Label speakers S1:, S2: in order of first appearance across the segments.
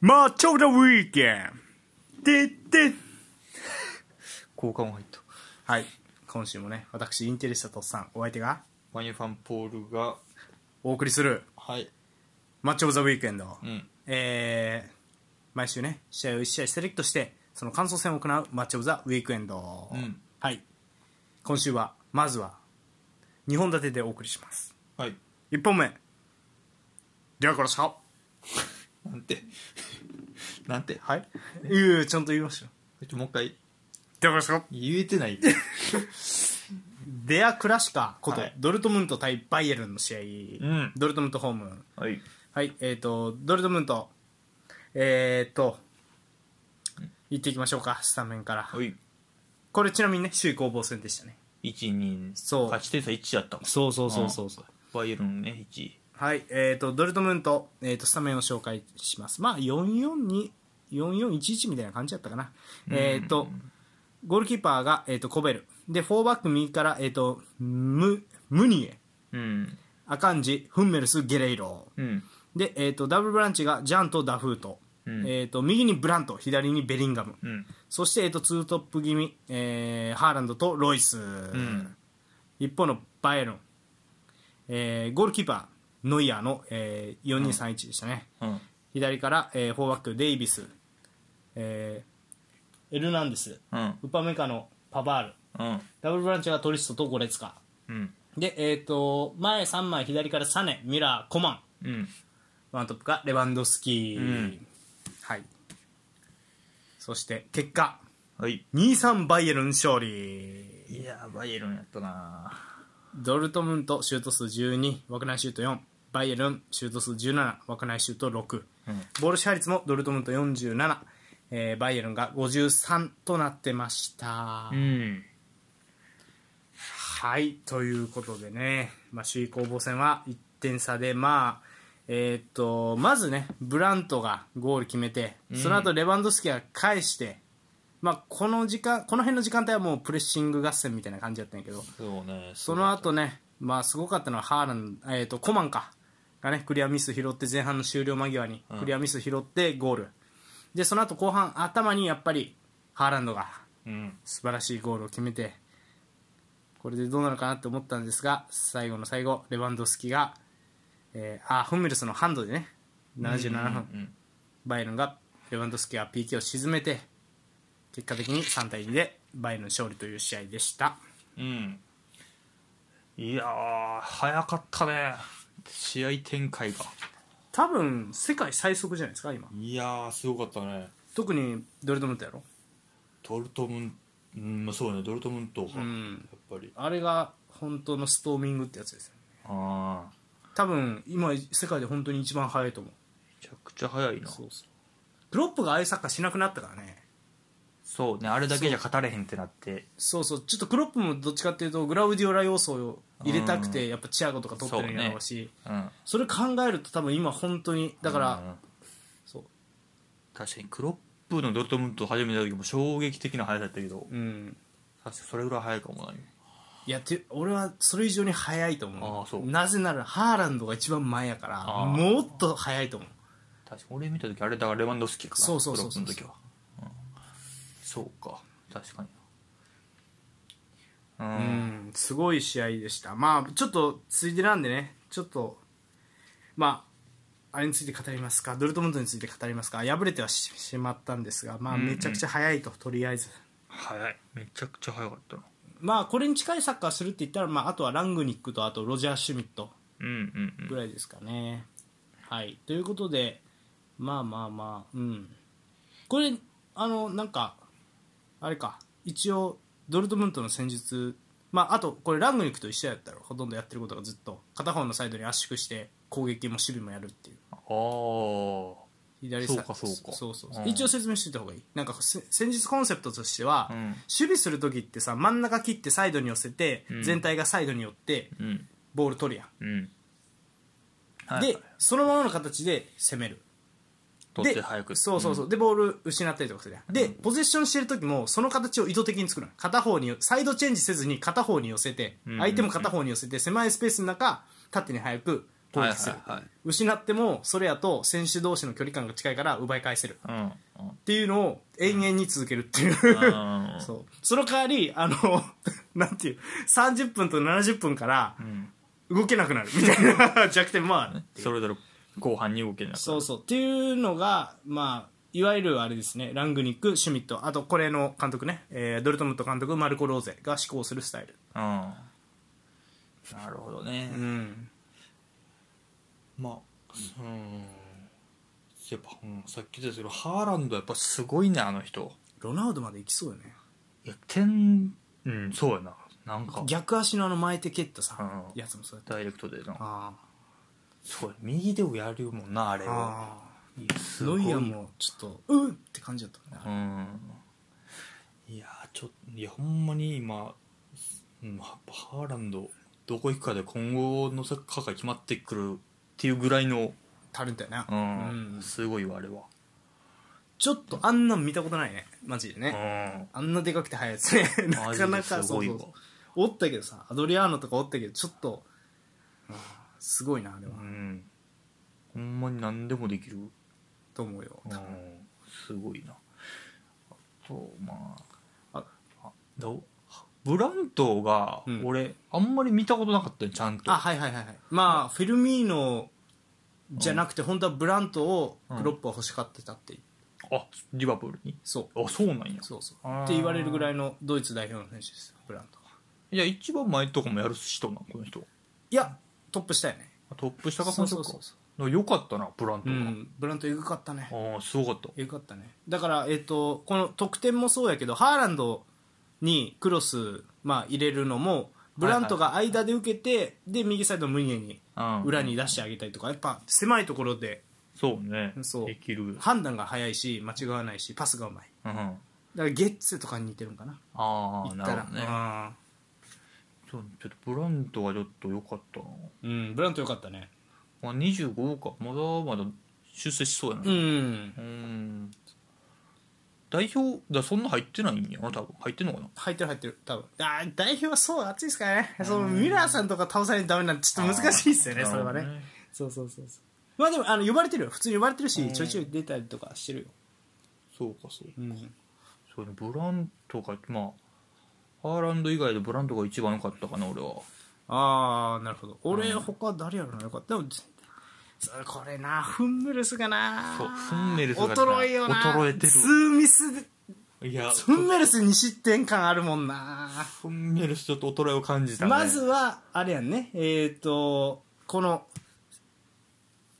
S1: Matilda Weekend! てって
S2: 交換音入った
S1: はい。今週もね、私、インテリスタとっさん、お相手が、
S2: マニュファンポールが
S1: お送りする、
S2: はい
S1: マッチオブザウィークエンド。
S2: うん
S1: えー、毎週ね、試合を1試合セレクトして、その感想戦を行うマッチオブザウィークエンド。
S2: うん
S1: はい。今週は、まずは、2本立てでお送りします。
S2: はい
S1: 1本目、リャコラシャ
S2: なんて なんて
S1: はい。いやいやちゃんと言いましたよ。
S2: ちょもう一回
S1: リャコラシャ
S2: 言えてない
S1: デア・クラシカこと、
S2: はい
S1: ドルトムント対バイエルンの試合、
S2: うん
S1: ドルトムントホーム
S2: はい
S1: はいえっ、とドルトムントえっ、と行っていきましょうかスタメンから
S2: はい
S1: これちなみにね首位攻防戦でしたね
S2: 12
S1: そう
S2: 勝ち点差1だったもん
S1: そうそう
S2: そうそう
S1: そう
S2: バイエルンね1
S1: はいえっ、とドルトムント、えー、とスタメンを紹介しますまあ442 4411みたいな感じだったかな、えっ、とゴールキーパーが、えー、とコベルでフォーバック右から、えー、とムムニエ
S2: うん
S1: アカンジフンメルスゲレイロ
S2: うん
S1: で、えー、とダブルブランチがジャンとダフート、
S2: うん
S1: えー、と右にブラント左にベリンガム、
S2: うん
S1: そして、えー、とツートップ気味、えーハーランドとロイス、
S2: ん
S1: 一方のバイエルン、えーゴールキーパーノイアーの、えー、4231でしたね、
S2: うん
S1: 左から、えー、フォーバックデイビス、えーエルナンデス
S2: うん
S1: ウパメカのパバール
S2: うん
S1: ダブルブランチがトリストとゴレツカ
S2: うん
S1: で、えー、と前3枚左からサネミラーコマン
S2: うん
S1: ワントップがレバンドフスキー、
S2: うん
S1: はい、そして結果
S2: はい
S1: 2-3バイエルン勝利
S2: いやーバイエルンやったな
S1: ドルトムントシュート数12枠内シュート4バイエルンシュート数17枠内シュート6、
S2: うん
S1: ボール支配率もドルトムント47、えーバイエルンが53となってました、
S2: ん
S1: はいということでね、まあ、首位攻防戦は1点差で、まあえーっとまずねブラントがゴール決めて、その後レバンドフスキが返して、まあ、この時間この辺の時間帯はもうプレッシング合戦みたいな感じだったんやけど
S2: そうね
S1: その後ね、まあ、すごかったのはハーラン、えーっとコマンかが、ね、クリアミス拾って前半の終了間際にクリアミス拾ってゴール、でその後後半頭にやっぱりハーランドが
S2: うん
S1: 素晴らしいゴールを決めてこれでどうなのかなって思ったんですが最後の最後レバンドフスキが、えーあフンミルスのハンドでね77分、
S2: うん
S1: バイエルンがレバンドフスキが PK を沈めて結果的に3対2でバイエルン勝利という試合でした
S2: うんいやー早かったね試合展開が
S1: 多分世界最速じゃないですか今
S2: いやーすごかったね
S1: 特にドルトムントやろ
S2: ドルトムンうんまあそうねドルトムントが、やっ
S1: ん
S2: ぱり
S1: あれが本当のストーミングってやつですよね
S2: ああ
S1: 多分今世界で本当に一番速いと思う
S2: めちゃくちゃ早いなそう
S1: クロップがああいうサッカーしなくなったからね
S2: ねあれだけじゃ語れへんってなって
S1: そうそうちょっとクロップもどっちかっていうとグラウディオラ要素を入れたくてやっぱチアゴとか取ってるんやろうし
S2: うんうん
S1: そ,、れ考えると多分今本当にだから、そう
S2: 確かにクロップのドルトムントを始めた時も衝撃的な速さだったけど
S1: うん
S2: 確かにそれぐらい速いかもな今
S1: いやて俺はそれ以上に速いと
S2: あ
S1: 思
S2: あ
S1: う
S2: そう
S1: なぜならハーランドが一番前やから
S2: ああ
S1: もっと速いと思う
S2: 確かに俺見た時あれだからレバンドフスキかな
S1: そうそうそう
S2: ク
S1: そ
S2: ロ
S1: う
S2: ップの時は、うん、そうか確かにう
S1: うんんすごい試合でしたまあちょっとついでなんでねちょっとまああれについて語りますかドルトムントについて語りますか敗れてはししまったんですがまあめちゃくちゃ速いと、とりあえず
S2: 速いめちゃくちゃ速かったな
S1: まあこれに近いサッカーするって言ったら、まあ、あとはラングニックとあとロジャー・シュミット
S2: うんうん
S1: ぐらいですかね。はい、ということでまあまあまあうんこれあのなんかあれか一応ドルトムントの戦術まああとこれラングニックと一緒やったらほとんどやってることがずっと片方のサイドに圧縮して攻撃も守備もやるっていう
S2: うんああ
S1: 左サイド
S2: そうかそうか
S1: そうそう
S2: うん
S1: 一応説明しておいた方がいいなんかせ戦術コンセプトとしては、
S2: うん
S1: 守備する時ってさ真ん中切ってサイドに寄せて、
S2: ん
S1: 全体がサイドに寄って
S2: うん
S1: ボール取るやん、
S2: うんはい
S1: でそのままの形で攻める
S2: 取っ
S1: で
S2: て早く
S1: そうそうそう、でボール失ったりとかするやんで、ポゼッションしてる時もその形を意図的に作るの片方にサイドチェンジせずに片方に寄せて、
S2: うん
S1: 相手も片方に寄せて狭いスペースの中縦に早く攻撃する、
S2: はいはいはい
S1: 失ってもそれやと選手同士の距離感が近いから奪い返せるっ
S2: うんうん
S1: ていうのを延々に続けるっていう、
S2: うんうん
S1: そうその代わりあの なんていう30分と70分から
S2: ん
S1: 動けなくなるみたいな弱点もある
S2: それぞれ後半に動けなくなる
S1: そうそうっていうのがまあいわゆるあれですねラングニックシュミットあとこれの監督ね、えードルトムント監督マルコ・ローゼが施行するスタイル
S2: うんなるほどね、
S1: うん
S2: まあうんやっぱ、うん、さっき言ったけどハーランドやっぱすごいねあの人
S1: ロナウドまで行きそうよね
S2: いや点うんそうやななんか
S1: 逆足のあの前手蹴ったさ
S2: うん
S1: やつもそうやった
S2: ダイレクトでな
S1: あ
S2: そう右でもやるもんなあれ
S1: ー
S2: は
S1: あ
S2: いやす
S1: ー
S2: ご
S1: ノ
S2: い
S1: イアンもちょっとうんって感じだったね
S2: うんいやちょっといやほんまに今、うん、やっぱハーランドどこ行くかで今後のサッカーが決まってくるっていうぐらいの、
S1: タレントやな
S2: うん
S1: うん
S2: すごいわあれは、
S1: ちょっとあんなん見たことないねマジでね
S2: う
S1: あんなでかくて速いやつね なかな
S2: マジ
S1: か
S2: ですごいわ
S1: そうそうおったけどさアドリアーノとかおったけどちょっとうんすごいなでも
S2: ん、うん、ほんまに何でもできる、
S1: と思うよ
S2: うん、すごいなあとまあ
S1: あ
S2: あどうブラントが
S1: うん
S2: 俺、あんまり見たことなかったよちゃんと
S1: あはいはいはいはいまあフィルミーノじゃなくて本当はブラントをクロップは欲しがってたって
S2: あリバプールに
S1: そう
S2: あそうなんや
S1: そうそう
S2: あー
S1: って言われるぐらいのドイツ代表の選手ですよブラント
S2: いや一番前とかもやる人なこの人
S1: いやトップしたよね
S2: トップ下がこの人か
S1: そうそうそ
S2: だからよかったなブラン
S1: う
S2: トが、
S1: んブラントエグかったね
S2: ああすごかった
S1: エグかったねだからえっ、とこの得点もそうやけどハーランドにクロス、まあ、入れるのもブラントが間で受けて、で右サイドのムニエに
S2: うん
S1: 裏に出してあげたりとかやっぱ狭いところで
S2: そうね
S1: そう
S2: できるうん
S1: 判断が早いし間違わないしパスがうまい
S2: あ
S1: だからゲッツェとかに似てるんかな
S2: あ
S1: 行っ
S2: な
S1: た
S2: る
S1: ら
S2: ほどねそうちょっとブラントはちょっとよかったな、
S1: うん、うん、ブラントよかったね
S2: まあ、25かまだまだ出世しそうやな
S1: うん
S2: うん代表だそんな入ってないんやな多分入ってんのかな
S1: 入ってる入ってる多分あー代表はそう熱いですからねそのミラーさんとか倒さないとダメなんでちょっと難しいですよね
S2: あー
S1: それは
S2: なるほ
S1: ね
S2: ど
S1: そうそうそうそうまあでもあの呼ばれてるよ普通に呼ばれてる
S2: う
S1: し
S2: ん
S1: ちょいちょい出たりとかしてるよ、
S2: そうかそうか
S1: うん、
S2: そうねブラントがまあハーランド以外でブラントが一番良かったかな俺は
S1: ああなるほど俺他誰やろなよかったでもそうこれなフンムルスがな
S2: そうフンメルスがな
S1: 衰えよな
S2: 衰えてる
S1: 2ミスで
S2: いや
S1: フンメルス2失点感あるもんな
S2: フンメルスちょっと衰えを感じたね
S1: まずはあれやんねえっ、とこの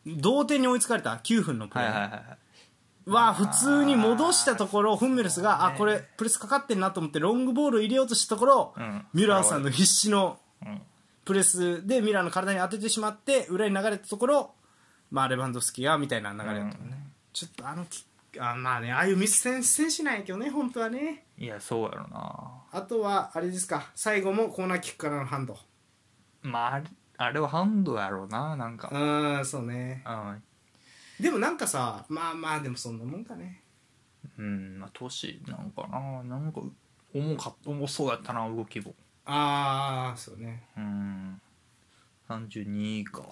S1: 同点に追いつかれた9分のプ
S2: は
S1: レ
S2: いはい
S1: ー
S2: はいは
S1: は
S2: い
S1: 普通に戻したところフンメルスがあこれプレスかかってんなと思ってロングボールを入れようとしたところ、
S2: うん
S1: ミュラーさんの必死の
S2: うん
S1: プレスでミュラーの体に当ててしまって裏に流れたところ、まあ、レバンドフスキがみたいな流れだったもんね、ちょっとあのきあまあねああいうミス先生しないけどね本当はね
S2: いやそうやろな
S1: あとはあれですか最後もコーナーキックからのハンド
S2: まああれあれはハンドやろうななんか
S1: うんそうね
S2: うん
S1: でもなんかさまあまあでもそんなもんかね
S2: うんまあ年なんかななんか重か重そうやったな動きも
S1: ああそうね
S2: うん32か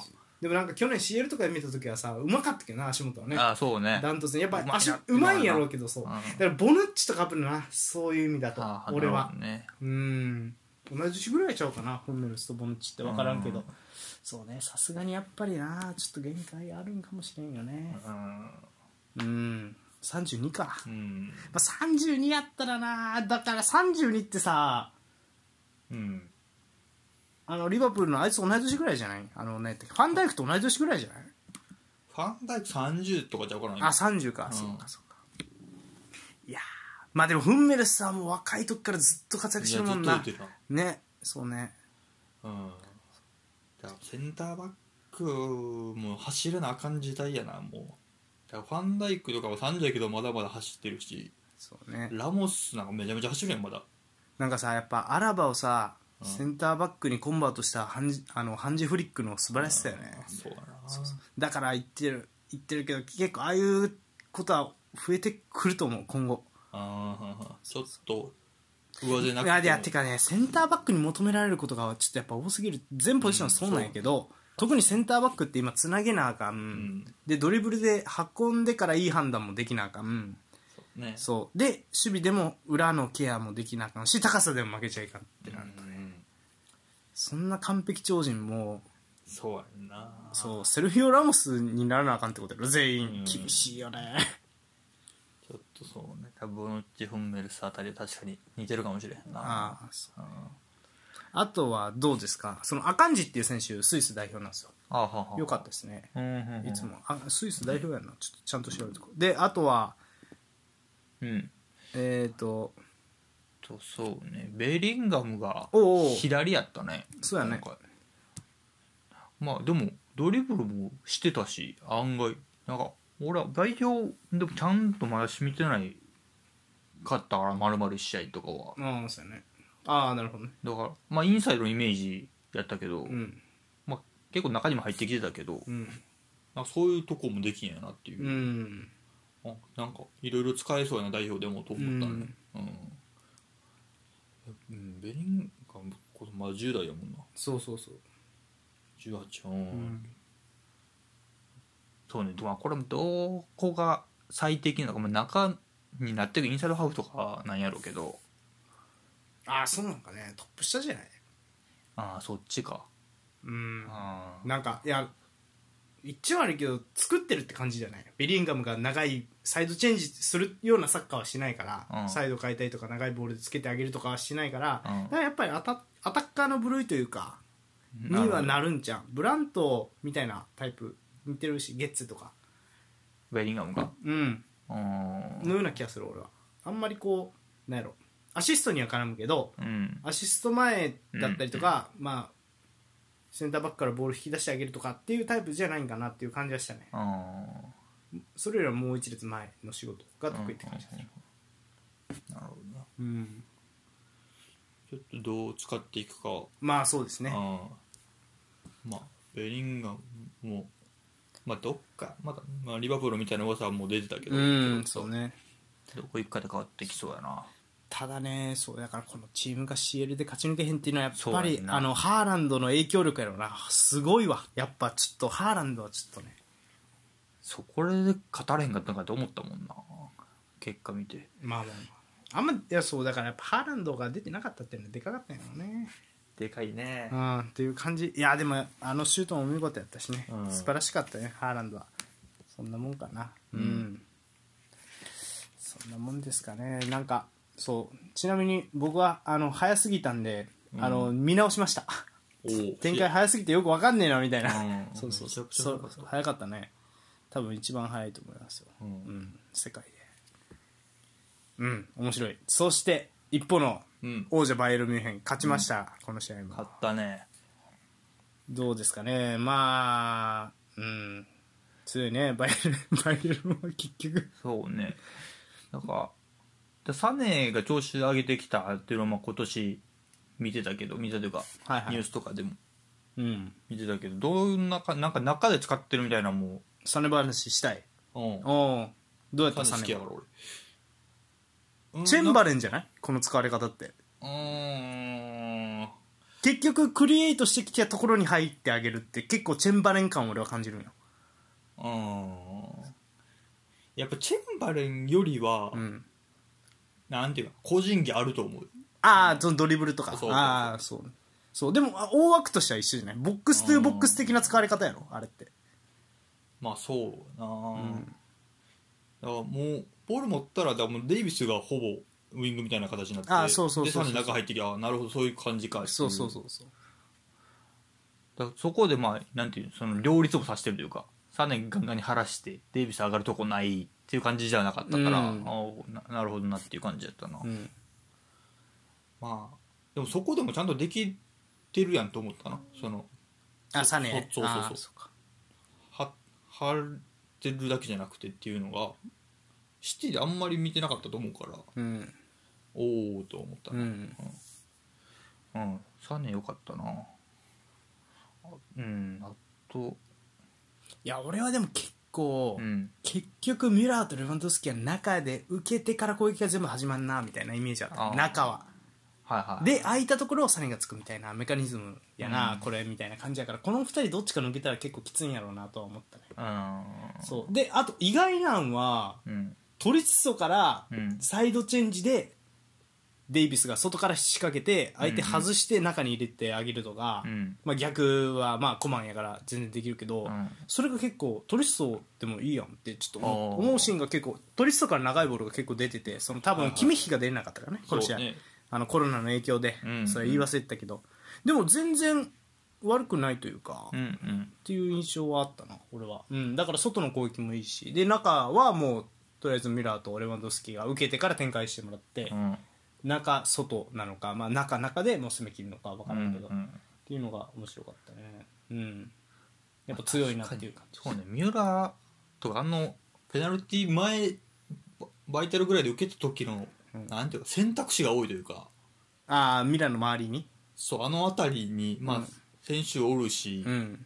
S1: でもなんか去年 CL とかで見た時はさうまかったけどな足元はね
S2: あそうね
S1: ダントツにやっぱ
S2: うまいな
S1: 足うまいんやろうけどそう
S2: うん
S1: だからボヌッチとかアップルなそういう意味だと
S2: あ
S1: 俺
S2: な
S1: は
S2: るほどね
S1: うん同じぐらいちゃうかなホンメルスとボヌッチって分からんけどそうねさすがにやっぱりなちょっと限界あるんかもしれんよね
S2: うん
S1: うん32か
S2: うん
S1: まあ、32やったらなだから32ってさ
S2: うん
S1: あのリバプールのあいつ同い年ぐらいじゃないあのねファンダイクと同い年ぐらいじゃない
S2: ファンダイク30とかじゃ分から
S1: あ
S2: ない
S1: 30か、
S2: ん
S1: そうかそうかいやーまあでもフンメルスはもう若い時からずっと活躍してるもん
S2: いや
S1: な
S2: ずっと打って
S1: ねそうね
S2: たうんだからセンターバックも走らなあかん時代やなもうだからファンダイクとかは30やけどまだまだ走ってるし
S1: そうね
S2: ラモスなんかめちゃめちゃ走るやんまだ
S1: なんかさやっぱアラバをさ、
S2: うん
S1: センターバックにコンバートしたハンジあのハンジフリックの素晴らしさよね、
S2: そうやな
S1: だから言ってる言ってるけど結構ああいうことは増えてくると思う今後
S2: あーちょっと上背な
S1: い
S2: くても
S1: やいやてかねセンターバックに求められることがちょっとやっぱ多すぎる全ポジションそうなんやけど、特にセンターバックって今つなげなあかん、
S2: ん
S1: でドリブルで運んでからいい判断もできなあかん
S2: そうね
S1: そうで守備でも裏のケアもできなあかんし高さでも負けちゃいかんってなる、
S2: うん
S1: そんな完璧超人も
S2: そうやんな
S1: そうセルフィオ・ラモスにならなあかんってことやろ全員、
S2: うん
S1: 厳しいよね
S2: ちょっとそうね多分ボノッチ・フンメルスあたりは確かに似てるかもしれへんな
S1: ああそう
S2: うんあ
S1: あとはどうですかそのアカンジっていう選手スイス代表なんですよ
S2: あはは
S1: よかったですね
S2: うんうんうん
S1: いつもあスイス代表やなちょっとちゃんと調べてこうであとは
S2: うん
S1: えっ、と
S2: とそうねベリンガムが
S1: おうおう
S2: 左やったね
S1: そうやね
S2: 今回まあでもドリブルもしてたし案外なんか俺は代表でもちゃんとまだしみてないかったから丸々1試合とかは
S1: ああそうやねああなるほどね
S2: だからまあインサイドのイメージやったけど、
S1: うん
S2: まあ、結構中にも入ってきてたけど、
S1: うん
S2: なんかそういうとこもできんやなっていうう、
S1: ん
S2: あなんかいろいろ使えそうやな代表でもと思ったねうん、うん、ベリンガムこれまだ10代やもんな
S1: そうそうそう
S2: 18うん、そうねまあこれもどこが最適なのか、まあ、中になってるインサイドハーフとかなんやろうけど
S1: ああそうなんかねトップ下じゃない
S2: ああそっちか
S1: うん
S2: ああ
S1: なんかいや一応悪いけど作ってるって感じじゃないベリンガムが長いサイドチェンジするようなサッカーはしないから、
S2: うん
S1: サイド変えたりとか長いボールでつけてあげるとかはしないから、
S2: うん
S1: だからやっぱりアタアタッカーの部類というか
S2: なる
S1: に
S2: ほど
S1: はなるんじゃんブラントみたいなタイプ似てるしゲッツェとか
S2: ベリンガムが
S1: うん
S2: うん
S1: のような気がする俺はあんまりこうなんやろアシストには絡むけど
S2: うん
S1: アシスト前だったりとか、まあセンターバックからボール引き出してあげるとかっていうタイプじゃないんかなっていう感じはしたね
S2: ああ
S1: それよりはもう一列前の仕事が得意って感じですね
S2: なるほどな
S1: うん
S2: ちょっとどう使っていくか
S1: まあそうですね
S2: ああまあベリンガムもまあどっかまだ、まあ、リバプールみたいな噂はもう出てたけど
S1: うんそうね
S2: どこ行くかで変わってきそうやな
S1: ただねそうだからこのチームが CL で勝ち抜けへんっていうのはやっぱ
S2: そう
S1: り
S2: やんな
S1: あのハーランドの影響力やろうなすごいわやっぱちょっとハーランドはちょっとね
S2: そこで語れへんかったんかと思ったもんな結果見て
S1: まあまあまああんまいやそうだからやっぱハーランドが出てなかったっていうのはでかかったんやろうね
S2: でかいね
S1: うんっていう感じいやでもあのシュートも見事やったしね、
S2: うん
S1: 素晴らしかったねハーランドはそんなもんかなうん、そんなもんですかねなんかそうちなみに僕はあの早すぎたんで、あの見直しま した
S2: おお
S1: 展開早すぎてよくわかんねえなみたいな、
S2: うん
S1: そうそうそう
S2: めちゃくちゃ早かった
S1: そう早かったね多分一番早いと思いますよ、
S2: うん
S1: うん、世界でうん面白いそして一方の
S2: うん
S1: 王者バイエルンミュンヘン勝ちました、この試合も
S2: 勝ったね
S1: どうですかね、まあ、うん、強いね、バイエルン、 バイエルンは結局。
S2: そうねなんかでサネが調子上げてきたっていうのはまあ今年見てたけど見たというか、
S1: はいはい
S2: ニュースとかでも
S1: うん。
S2: 見てたけどどんなかなんか中で使ってるみたいなも
S1: サネ話したい。
S2: う、うん、
S1: おうどうやったサ
S2: サネ好
S1: ネ
S2: きや
S1: チ
S2: から俺
S1: ェンバレンじゃないこの使われ方って。
S2: うーん
S1: 結局、クリエイトしてきたところに入ってあげるって、結構チェンバレン感を俺は感じるんよ。
S2: うんやっぱチェンバレンよりは、
S1: うん。
S2: なんていうか個人技あると思う
S1: ああ、そのドリブルとか。
S2: そうそうそう
S1: ああ、そう。そう、でも、あ大枠としては一緒じゃないボックスというボックス的な使われ方やろあれって。
S2: まあそうな、
S1: ん
S2: だからもうボール持ったらだからもうデイビスがほぼウイングみたいな形になって
S1: あそうそうそうそう
S2: でサネ中入ってきてあなるほどそういう感じかってい
S1: そうそうそうそう。
S2: だからそこでまあなんていうのその両立をさせてるというかサネガンガンに晴らしてデイビス上がるとこないっていう感じじゃなかったから、
S1: うん
S2: あーななるほどなっていう感じだったな、
S1: うん。
S2: まあでもそこでもちゃんとできてるやんと思ったなその
S1: あ、サネ。
S2: そうそうそうそう
S1: あーか
S2: は張ってるだけじゃなくてっていうのがシティであんまり見てなかったと思うから
S1: うん。
S2: おおと思った
S1: う
S2: な、
S1: ん。
S2: うん、サネ良かったなあうんあと
S1: いや俺はでも結構、
S2: うん
S1: 結局ミュラーとレバンドフスキは中で受けてから攻撃が全部始まんなみたいなイメージだっ
S2: あ
S1: た
S2: ー
S1: 中は
S3: はいはい
S1: で空いたところをサネがつくみたいなメカニズムやな、
S3: うん
S1: これみたいな感じやからこの2人どっちか抜けたら結構きついんやろうなとは思ったね
S3: うん
S1: そうであと意外なんは
S3: うん
S1: トリッソから
S3: うん
S1: サイドチェンジでデイビスが外から仕掛けて相手外して中に入れてあげるとか、
S3: うん
S1: まあ、逆はまあコマンやから全然できるけど、
S3: うん
S1: それが結構トリッソでもいいやんってちょっと思
S3: あ
S1: う
S3: ー
S1: 思うシーンが結構トリッソから長いボールが結構出ててその多
S3: はい
S1: 分
S3: はい
S1: キメヒが出れなかったからね、この試合
S3: そうね
S1: あのコロナの影響で、
S3: うん
S1: それ言い忘れてたけどでも全然悪くないというか、
S3: う
S1: っ
S3: ん
S1: ていう印象はあったな俺は、うん、だから外の攻撃もいいしで中はもうとりあえずミラーとレバンドフスキが受けてから展開してもらって、
S3: うん
S1: 中外なのか、まあ、中中でもう攻め切るのか分か
S3: う
S1: らん
S3: ん
S1: けど、
S3: う
S1: っ
S3: ん
S1: ていうのが面白かったねうんやっぱ強いなっていう感じ
S3: そうね三浦とかあの
S2: ペナルティ前ババイタルぐらいで受けた時の、
S1: うん
S2: なんていうか選択肢が多いというか
S1: ああミラーの周りに
S2: そうあの辺りに、まあ
S1: うん
S2: 選手おるし、
S1: うん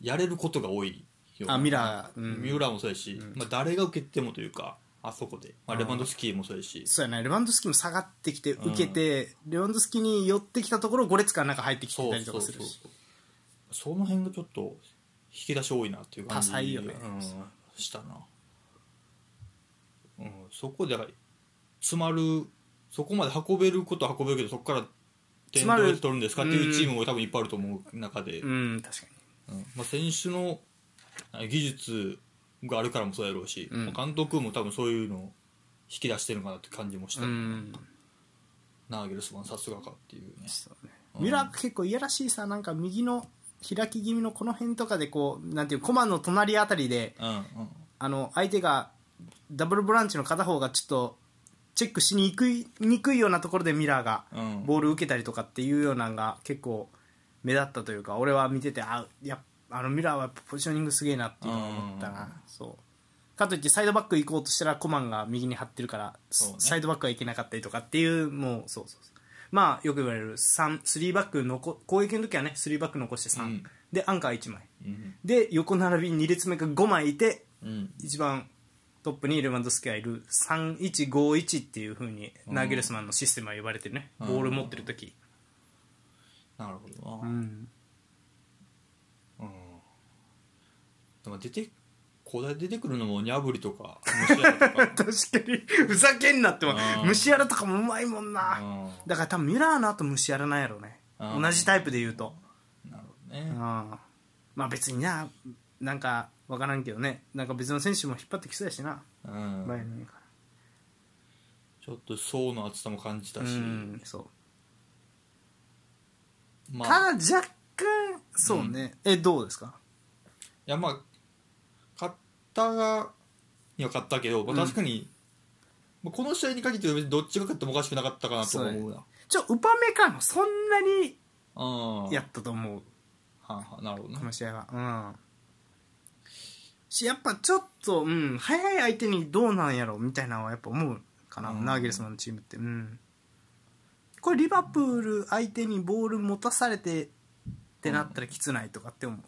S2: やれることが多いよ
S1: あミラーうん
S2: ミュラーもそうやし、まあ、誰が受けてもというかあそこで、まあ、レバンドフスキーもそうやし、
S1: そうやなレバンドフスキも下がってきて受けて、レバンドフスキに寄ってきたところ5列から中入ってきて
S2: そ
S1: た
S2: う
S1: りとか
S2: そう
S1: す
S2: そう
S1: るし
S2: その辺がちょっと引き出し多いなっていう感じ
S1: 多彩よね
S2: うん、したな、うん、そこで詰まるそこまで運べることは運べるけどそこから点
S1: 詰ま
S2: どう
S1: る
S2: やって取るんですかっていうチームも多分いっぱいあると思う中で、
S1: うん確かに
S2: うんまあ、選手のあ技術があるからもそうやろうし、
S1: うん
S2: まあ監督も多分そういうのを引き出してるのかなって感じもした、
S1: うん
S2: ナーゲルスマンさすがかっていうね
S1: そうねミラー結構いやらしいさなんか右の開き気味のこの辺とかでこうなんていうコマの隣あたりで
S2: うんうん
S1: あの相手がダブルボランチの片方がちょっとチェックしにくいにくいようなところでミラーが
S2: うん
S1: ボール受けたりとかっていうようなのが結構目立ったというか俺は見ててあやっあのミラーはやっぱポジショニングすげえなっていうのを思った
S2: うん
S1: なそうかといってサイドバック行こうとしたらコマンが右に張ってるから、
S2: そうね
S1: サイドバックはいけなかったりとかっていうもうそうそうそうまあよく言われる三3バックのこ攻撃の時はね3バック残して3、
S2: うん
S1: でアンカー1枚
S2: うん
S1: で横並び2列目が5枚いて
S2: うん
S1: 一番トップにレバンドフスキがいる3151っていうふうにナーゲルスマンのシステムは呼ばれてるね、
S2: うん
S1: ボール持ってる時、
S2: なるほどな、
S1: ん、
S2: うんでも出てこだ出てくるのもニャブリとかムシアラ とか
S1: 確かにふざけんなっても
S2: うん
S1: 虫やらとかもうまいもんな、だから多分ミュラーの後虫やらないやろうね、
S2: うん
S1: 同じタイプで言うと、
S2: うんなるほ
S1: う
S2: どね
S1: ん、まあ別にななんか分からんけどねなんか別の選手も引っ張ってきそうやしな、
S2: うん
S1: バイエルンか
S2: ちょっと層の厚さも感じた
S1: らう
S2: し、
S1: んそう
S2: まあ
S1: ただ若干そうね、えどうですか
S2: いやまあ勝ったがには勝ったけど、まあ、
S1: うん
S2: 確かに、まあこの試合に限っては別にどっちが勝ってもおかしくなかったかなとは思うな
S1: ちょウパメカもそんなに
S2: うん
S1: やったと思う
S2: はんはんなるほど
S1: こ
S2: ね
S1: の試合はうんしやっぱちょっと、うん、早い相手にどうなんやろみたいなのはやっぱ思うかな、
S2: うん
S1: ナーゲルスマンのチームってうんこれリバプール相手にボール持たされてってなったらきつないとかって思う、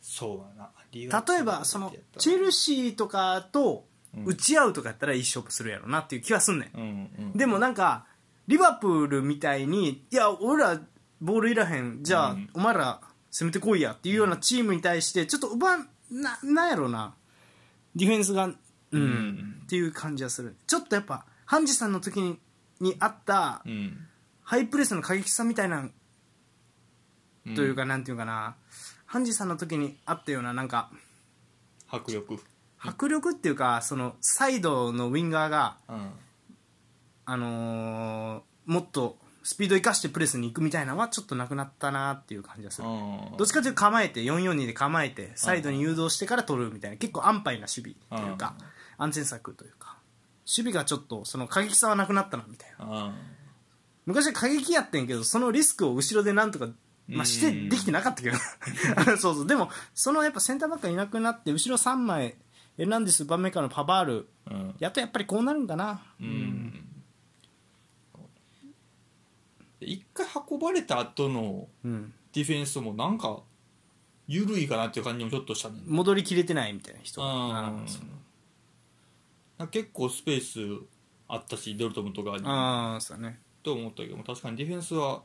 S2: そうだな例
S1: 例えばそのチェルシーとかと
S2: うん
S1: 打ち合うとかやったらいい勝負するやろなっていう気はすんねん、
S2: うんうん
S1: でもなんかリバプールみたいにいや俺らボールいらへんじゃあ、
S2: うん
S1: お前ら攻めてこいやっていうようなチームに対してちょっと奪うななんやろうなディフェンスがうん、
S2: ん
S1: っていう感じがするちょっとやっぱハンジさんの時ににあった
S2: うん
S1: ハイプレスの過激さみたいなんというか、なんていうかなハンジさんの時にあったようななんか
S2: 迫力
S1: 迫力っていうかそのサイドのウィンガーが
S2: うん
S1: あのーもっとスピード生かしてプレスに行くみたいなのはちょっとなくなったなっていう感じがする、
S2: うん
S1: どっちかというと構えて442で構えてサイドに誘導してから取るみたいな結構安牌な守備というか、安全策というか守備がちょっとその過激さはなくなったなみたいな
S2: うん
S1: 昔は過激やってんけどそのリスクを後ろでなんとか、まあ、して
S2: うん
S1: できてなか ったけど そうそうでもそのやっぱセンターバックがいなくなって後ろ3枚エルナンディスバンメーカーのパバール
S2: うん
S1: やっとやっぱりこうなるんかな
S2: うんで一回運ばれた後の
S1: うん
S2: ディフェンスもなんか緩いかなっていう感じもちょっとしたね
S1: 戻りきれてないみたいな人
S2: うん結構スペースあったしドルトムとかに
S1: ああそうだね
S2: と思ったけども確かにディフェンスは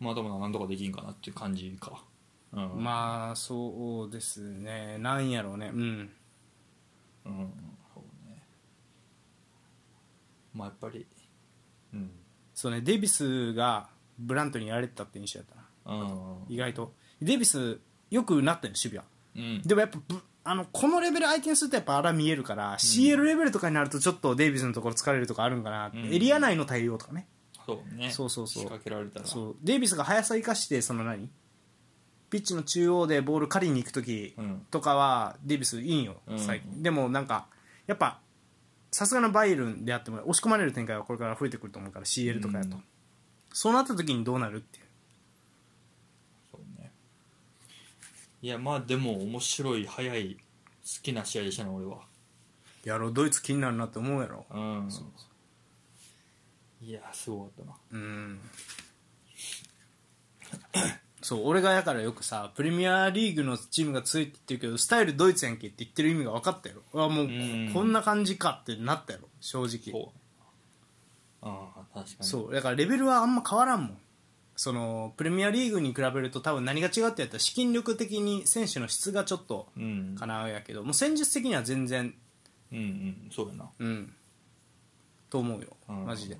S2: まだまだなんとかできんかなっていう感じか、うん
S1: まあそうですねなんやろうねうん
S2: うんそうねまあやっぱりうん
S1: そうねデイビスがブラントにやられてたって印象やったな
S2: うん
S1: 意外とデイビスよくなったよ守備は
S2: うん
S1: でもやっぱぶあのこのレベル相手にするとやっぱあら見えるから、CL レベルとかになるとちょっとデイビスのところ疲れるとかあるんかなって、
S2: うん
S1: エリア内の対応とかね
S2: そうね
S1: そうそうそう
S2: 仕掛けられたら
S1: そうデイビスが速さ生かしてその何ピッチの中央でボール狩りに行く時
S2: うん
S1: とかはデイビスいいんよ、
S2: うん
S1: 最近でもなんかやっぱさすがのバイエルンであっても押し込まれる展開はこれから増えてくると思うから CL とかやと、
S2: うん
S1: そうなった時にどうなるっていう
S2: そうねいやまあでも面白い早い好きな試合でしたね俺は
S1: やろうドイツ気になるなって思うやろ
S2: うんいやすごかったな
S1: うん そう俺がやからよくさプレミアリーグのチームがついてってるけどスタイルドイツやんけって言ってる意味が分かったよあもうこ
S2: うん
S1: こんな感じかってなったやろ正直
S2: そうああ確かに
S1: そうだからレベルはあんま変わらんもんそのプレミアリーグに比べると多分何が違うってやったら資金力的に選手の質がちょっと
S2: うん
S1: かなやけどもう戦術的には全然
S2: うんうんそうやな
S1: うんと思うよ
S2: うん
S1: マジで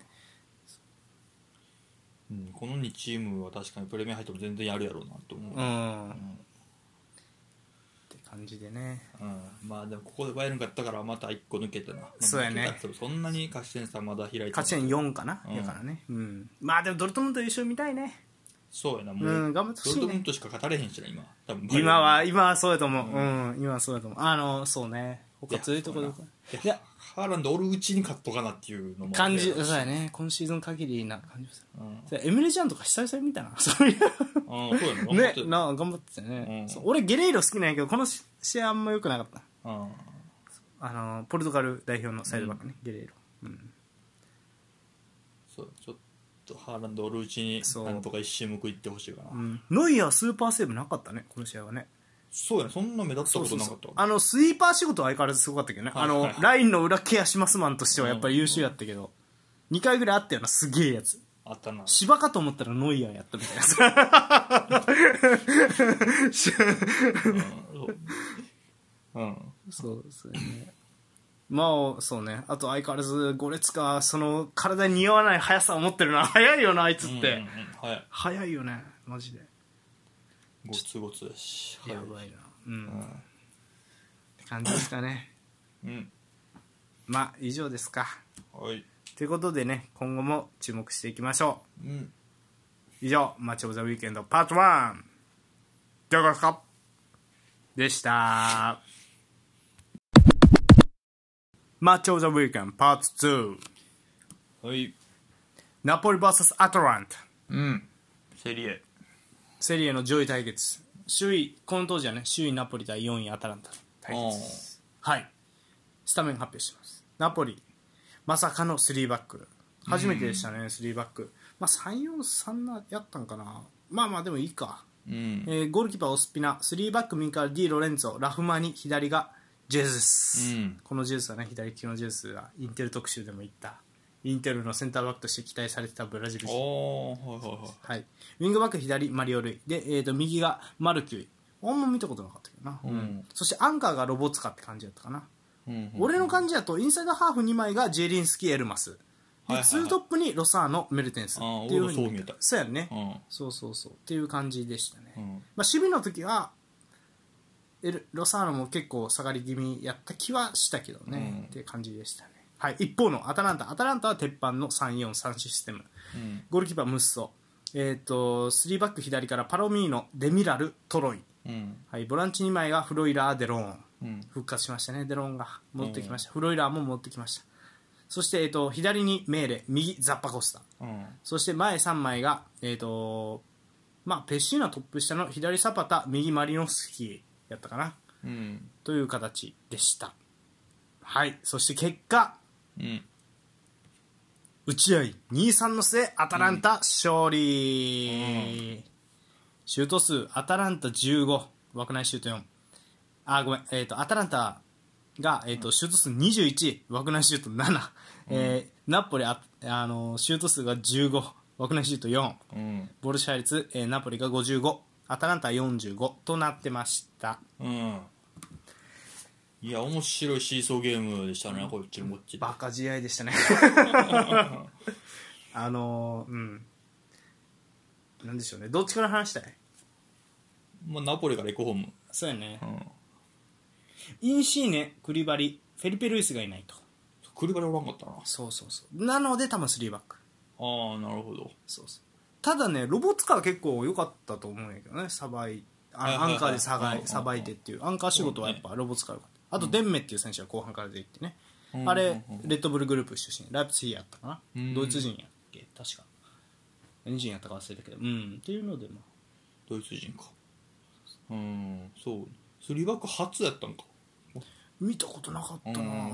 S2: うん、この2チームは確かにプレミア入っても全然やるやろうなと思う、
S1: う
S2: うん
S1: んって感じでね
S2: まあでもここでバイエルン勝ったからまた1個抜けたな、まあ
S1: そうやね
S2: 抜けたってそんなに勝ち点差まだ開いてない
S1: 勝ち点4かな、
S2: うん
S1: やからね、うん、まあでもドルトムント優勝見たいね
S2: そうやなもう、
S1: うん頑張ってほ
S2: ド
S1: しい
S2: ルトム
S1: ね
S2: ントしか勝たれへんしな今多分バイエルン
S1: 今は今はそうやと思う、
S2: う
S1: うん今はそうやと思うあのそうね他強いところ
S2: い
S1: で
S2: やハーランドおるうちに勝っとかなっていうのもある
S1: 感
S2: や
S1: じ
S2: ろうし
S1: そうやね今シーズン限りな感じです
S2: うん、
S1: るエミレジャンとか久々に見たな そういう
S2: うん、そうやな
S1: ね
S2: うん
S1: な頑張ってたよね、
S2: うん
S1: そう俺ゲレイロ好きなんやけどこのし試合あんま良くなかった
S2: うん
S1: あのポルトガル代表のサイドバックね、ゲレイロ、うん、
S2: そうちょっとハーランドおるうちに
S1: そう
S2: なんとか一瞬報いってほしいかな、
S1: うんノイアースーパーセーブなかったねこの試合はね
S2: そうやなそんな目立ったことなかったわ
S1: あのスイーパー仕事は相変わらずすごかったけどね、
S2: はいはいはい
S1: あのラインの裏ケアしますマンとしてはやっぱり優秀やったけど、2回ぐらいあったよなすげえやつ
S2: あった な
S1: 芝かと思ったらノイアーやったみたいなさ
S2: そううん
S1: そうですねまあそうねあと相変わらずゴレツカその体に似合わない速さを持ってるな 速いよなあいつって、
S2: うんうんうんはい
S1: 速いよねマジで
S2: ごつごつだし
S1: や
S2: は
S1: ばいなうん、
S2: い
S1: って感じですかね
S2: うん
S1: まあ以上ですか
S2: はい
S1: ということでね今後も注目していきましょう
S2: うん
S1: 以上「マッチ・オブ・ザ・ウィーケンド」パート1どうですかでしたマッチ・オブ・ザ・ウィーケンドパート2
S2: はい
S1: ナポリ VS アトランタ
S3: うんセリエ
S1: セリエの上位対決首位この当時はね首位ナポリ対4位アタランタ対決はいスタメン発表しますナポリまさかの3バック初めてでしたね、3バックまあ343なやったんかなまあまあでもいいか
S2: うん
S1: えーゴールキーパーオスピナ3バック右から D ロレンツォラフマニ左がジェズス、
S2: うん
S1: このジェズスはね左利きのジェズスがインテル特集でも言ったインテルのセンターバックとして期待されてたブラジル
S2: あ
S1: 人、
S2: あはいはいはい
S1: はい、ウィングバック左マリオルイで、えー、と右がマルキュイあんま見たことなかったけどな、
S2: ん
S1: そしてアンカーがロボツカって感じだったかな、
S2: うん
S1: 俺の感じだとインサイドハーフ2枚がジェリンスキーエルマス
S2: はい
S1: で
S2: はい
S1: ツートップにロサーノメルテンス
S2: あー
S1: っていうふう
S2: 俺も
S1: に
S2: そう見えた
S1: そうやんね、
S2: うん
S1: そうそうそうっていう感じでしたね、
S2: うん
S1: まあ、守備の時はエルロサーノも結構下がり気味やった気はしたけどね、
S2: うん
S1: って感じでしたね、はい、一方のアタランタアタランタは鉄板の343システム
S2: うん
S1: ゴールキーパームッソ、えー、と3バック左からパロミーノデミラルトロイ、
S2: うん
S1: はい、ボランチ2枚がフロイラーデローン
S2: うん
S1: 復活しましたねデローンが戻ってきました、フロイラーも戻ってきましたそして、えー、と左にメーレ右ザッパコスタ
S2: うん
S1: そして前3枚が、えーとまあ、ペシーナトップ下の左サパタ右マリノフスキーやったかな
S2: うん
S1: という形でしたはいそして結果
S2: うん
S1: 打ち合い2-3の末アタランタ勝利、シュート数アタランタ15枠内シュート4あごめん、えー、とアタランタが、えーとシュート数21枠内シュート7、えーナポリあ、あのーシュート数が15、枠内シュート4、
S2: うん
S1: ボール支配率、えーナポリが55、アタランタ45となってました。
S2: うんいや面白いシーソーゲームでしたね、こっちもこっち
S1: バカ試合で したね。あのーうん。なんでしょうね。どっちから話したい
S2: まあ、ナポリからエコホーム
S1: そうやね
S3: う。ん
S1: インシーネ、クリバリ、フェリペ・ルイスがいないと。
S2: クリバリおらんかったなあ
S1: そうそうそう。なので多分3バック。
S2: あなるほど
S1: そうそうただねロボッツカー結構良かったと思うんやけどねさばい
S2: はい
S1: あ
S2: はい
S1: ア
S2: はい
S1: ンカーでさ
S2: うん
S1: ば
S2: うんう
S1: い
S2: ん
S1: さばいてっていうアンカー仕事はやっぱロボッツカー良かったあとデンメっていう選手は後半から出てってね
S2: うん
S1: あ
S2: う
S1: れ
S2: んうん
S1: レッドブルグループ出身ライプツィヒやったか
S2: う
S1: なんドイツ人やっけ確か何人やったか忘れたけどうんっていうのでまあ
S2: ドイツ人かうんそう3バック初やったんか
S1: 見たことなかったな
S2: うん
S1: うん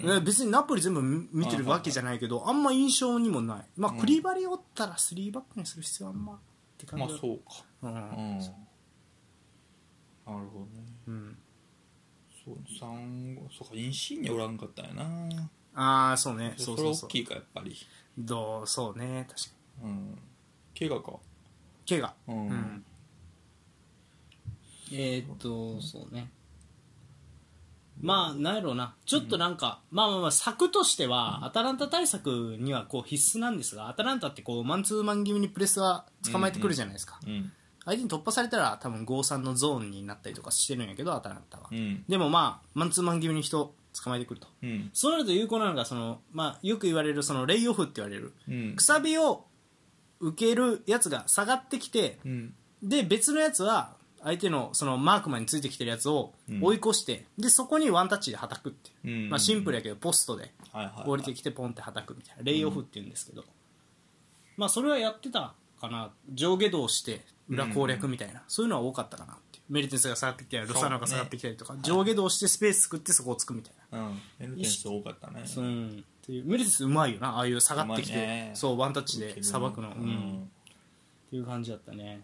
S2: そうね
S1: ね別にナポリ全部見見てるわけじゃないけどあんま印象にもないまあクリバリおったら3バックにする必要はあんまって感
S2: ま
S1: じ
S2: あ
S1: だ
S2: そうか
S1: うん
S2: うんなるほどね
S1: うん
S2: そう三そうかインシーニャおらんかったんやな
S1: ああそうね
S2: そ
S1: そう
S2: れ
S1: そう
S2: 大
S1: そう
S2: きいかやっぱり
S1: どうそうね確か
S2: うん怪我か
S1: に怪我
S2: う、
S1: うんんえーっとそうねまあなんやろうなちょっとなんか、まあまあまあ策としてはアタランタ対策にはこう必須なんですがアタランタってこうマンツーマン気味にプレスは捕まえてくるじゃないですか、
S2: うん
S1: 相手に突破されたら多分5-3のゾーンになったりとかしてるんやけどアタランタは、
S2: うん
S1: でもまあマンツーマン気味に人捕まえてくると
S2: うん
S1: そうなると有効なのがその、まあ、よく言われるそのレイオフって言われる
S2: うん
S1: くさびを受けるやつが下がってきて
S2: うん
S1: で別のやつは相手のそのマークマンについてきてるやつを
S2: うん
S1: 追い越して、でそこにワンタッチで叩くっていう、
S2: うん
S1: まあ、シンプルやけどポストで
S2: はいはい、はい、
S1: 降りてきてポンって叩くみたいなレイオフっていうんですけど、まあ、それはやってたかな上下動して裏攻略みたいな、そういうのは多かったかなっていうメルテンスが下がってきたりロサーノが下がってきたりとか、上下動してスペース作ってそこを突くみたいな。
S2: うんエルテンス多かったね
S1: そうっていうメルテンスうまいよなああいう下がってきて、
S2: うまいね
S1: そうワンタッチでさばくの、
S2: う
S1: うん
S2: ん
S1: っていう感じだったね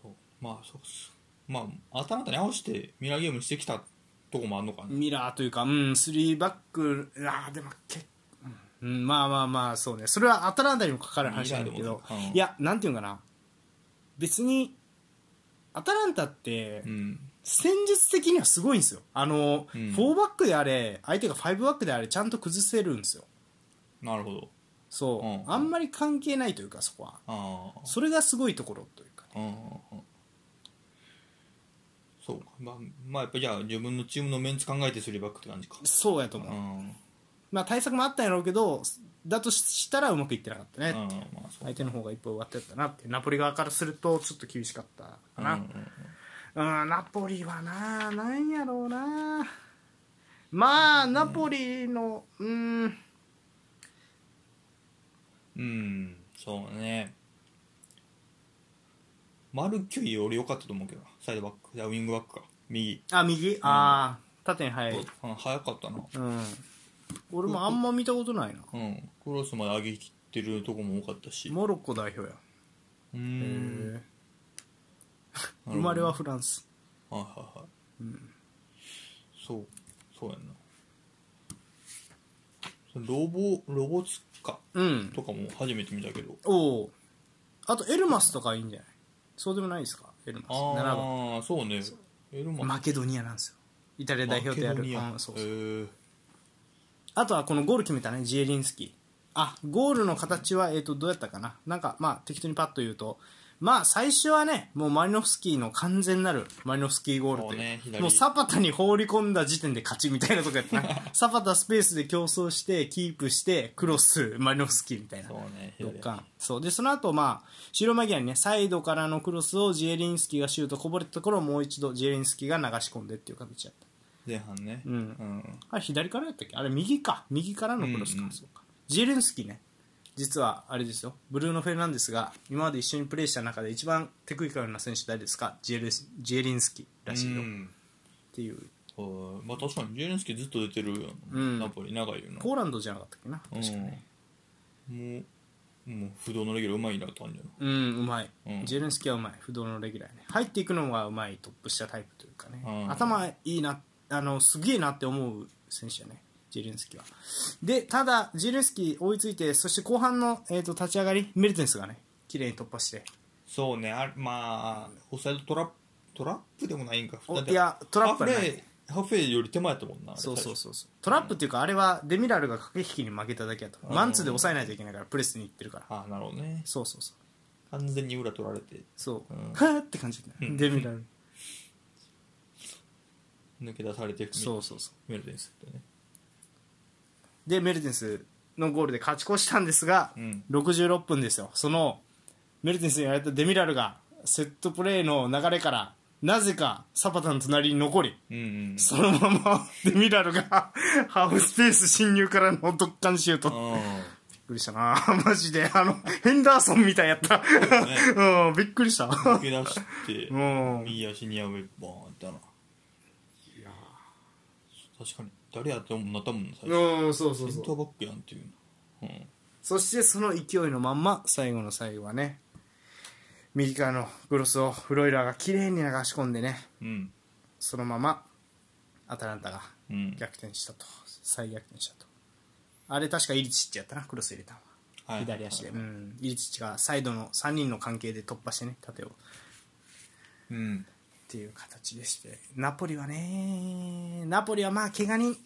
S2: そうまあそうっすまあ頭に合わせてミラーゲームしてきたとこもあんのかな、
S1: ミラーというかうん3バックあーでも結構うん、まあまあまあそうねそれはアタランタにもかかる話なんだけ
S2: ミラー
S1: ど
S2: で、もねうん
S1: いやなんていうんかな別にアタランタって
S2: うん
S1: 戦術的にはすごいんですよあの、
S2: うん
S1: 4バックであれ相手が5バックであれちゃんと崩せるんですよ
S2: なるほど
S1: そう、
S2: うん
S1: あんまり関係ないというかそこは
S2: ああ
S1: それがすごいところというか
S2: うんうんうんそうかまあまあやっぱじゃあ自分のチームのメンツ考えてスリーバックって感じか
S1: そうやと
S2: う
S1: 思う、
S2: ん、うん、
S1: まあ、対策もあったんやろうけどだとしたらうまくいってなかったね、
S2: まあそう
S1: 相手の方が一歩上ってったなってナポリ側からするとちょっと厳しかったかな、
S2: うん
S1: うん、ナポリはな、なんやろうな。まあ、ナポリの、うん、
S2: うん、うん、そうねマルキュイ俺良かったと思うけどなサイドバックいやウィングバックか右、
S1: あ、右ああ、縦に速い。
S2: うん、早かったな
S1: うん。俺もあんま見たことないな。
S2: うんクロスまで上げきってるとこも多かったし
S1: モロッコ代表や。
S2: うー
S1: へ
S2: ん
S1: え生まれはフランス。
S2: はいはいはい、そうそうやんなそのロボロボツカ
S1: うん。
S2: とかも初めて見たけど
S1: おお。あと、エルマスとかいいんじゃないそうでもないですかエルマス。7番。
S2: ああそうねエルマ
S1: マケドニアなんですよ。イタリア代表とやる。
S2: マケドニア
S1: うんそう
S2: へ
S1: そう
S2: ー
S1: あとはこのゴール決めたね、ジエリンスキー。あ、ゴールの形は、えっ、と、どうやったかななんか、まあ、適当にパッと言うと、まあ、最初はね、もうマリノフスキーの完全なるマリノフスキーゴールという。
S2: そうね左
S1: もうサパタに放り込んだ時点で勝ちみたいなとこや ったな。サパタスペースで競争して、キープして、クロス、マリノフスキーみたいな。
S2: そうね
S1: ドッカンそうでその後、まあ終了間際にねサイドからのクロスをジエリンスキーがシュートこぼれたところをもう一度ジエリンスキーが流し込んでっていう形だった
S2: 前半ね
S1: うんあれ左からやったっけあれ右か右からのクロスか、
S2: うんうん
S1: そうかジエレンスキーね実はあれですよブルーノ・フェルナンデスが今まで一緒にプレーした中で一番テクニカルな選手誰ですかジエレンスジエリンスキーらしいよ、
S2: う
S1: っ
S2: ん
S1: ていう
S2: はいまあ確かにジェレンスキーずっと出てるよな、
S1: うん
S2: ナポリ長いよな
S1: ポーランドじゃなかったっけな確かね
S2: うんもうもう不動のレギュラーうまいなって感じやな
S1: うん、うまい、
S2: うん
S1: ジエレンスキーはうまい不動のレギュラーね入っていくのがうまいトップ下タイプというかね、
S2: うん
S1: 頭いいなあのすげえなって思う選手やねジジエレンスキは。で、ただ、ジエレンスキ追いついて、そして後半の、えー、と立ち上がり、メルテンスがね、綺麗に突破して、
S2: そうねあれまあオフサイドトラップトラップでもないんか
S1: お
S2: だって
S1: いやトラップはない
S2: ハーフウェイハーフウェイより手前やったもんな
S1: そうそうそううそうトラップっていうか、あれはデミラルが駆け引きに負けただけやと、マンツーで抑えないといけないから、プレスに行ってるから、
S2: ああなるほどね
S1: そうそうそう、
S2: 完全に裏取られて
S1: そう、
S2: うん
S1: はぁって感じだね、デミラル、
S2: 抜け出されて
S1: そうそうそう。
S2: メルテンスってね
S1: でメルテンスのゴールで勝ち越したんですが、
S2: うん
S1: 66分ですよそのメルテンスにやられたデミラルがセットプレーの流れからなぜかサパタの隣に残り
S2: うんうん
S1: そのままデミラルがハーフスペース侵入からの突貫シュートびっ
S2: う
S1: くりしたな マジであのヘンダーソンみたいやった
S2: んね
S1: うんびっくりした
S2: 抜け出して
S1: うん
S2: 右足にやべバーンってな確かに誰やってもなったもんな最初
S1: うんそうそう
S2: セ
S1: そ
S2: ンター
S1: う
S2: バックやんっていうのうん
S1: そしてその勢いのまんま最後の最後はね右からのクロスをフロイラーが綺麗に流し込んでね
S2: うん
S1: そのままアタランタが
S2: うん
S1: 逆転したと、再逆転したとあれ確かイリチッチやったなクロス入れたのは、
S2: はい
S1: 左足で、うん、イリチッチがサイドの3人の関係で突破してね縦をっ
S2: うん
S1: ていう形でしてナポリはねナポリはまあ怪我人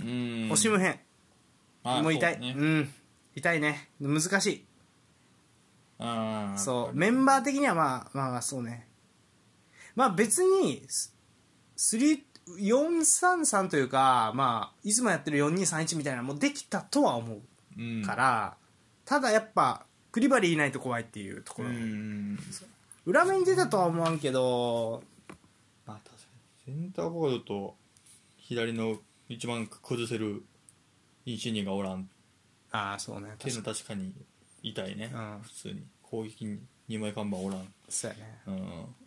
S2: うん
S1: 惜しむへん、
S2: あ
S1: もう痛い,、
S2: そうね
S1: ん痛いね難しい
S2: あー
S1: そうメンバー的にはまあまあまあそうねまあ別にす3 433というかまあいつもやってる4231みたいなのもできたとは思
S2: うん
S1: うから、ただやっぱクリバリーいないと怖いっていうとこ
S2: う
S1: ろ、
S2: ん
S1: 裏目に出たとは思わんけど
S2: まあ確かにセンターボードと左の一番崩せるインシニがおらんっ
S1: ああそうね
S2: ていう
S1: 確かに
S2: のは確かに痛いね
S1: うん
S2: 普通に攻撃に2枚看板おらん
S1: そうやね
S2: うん
S1: あ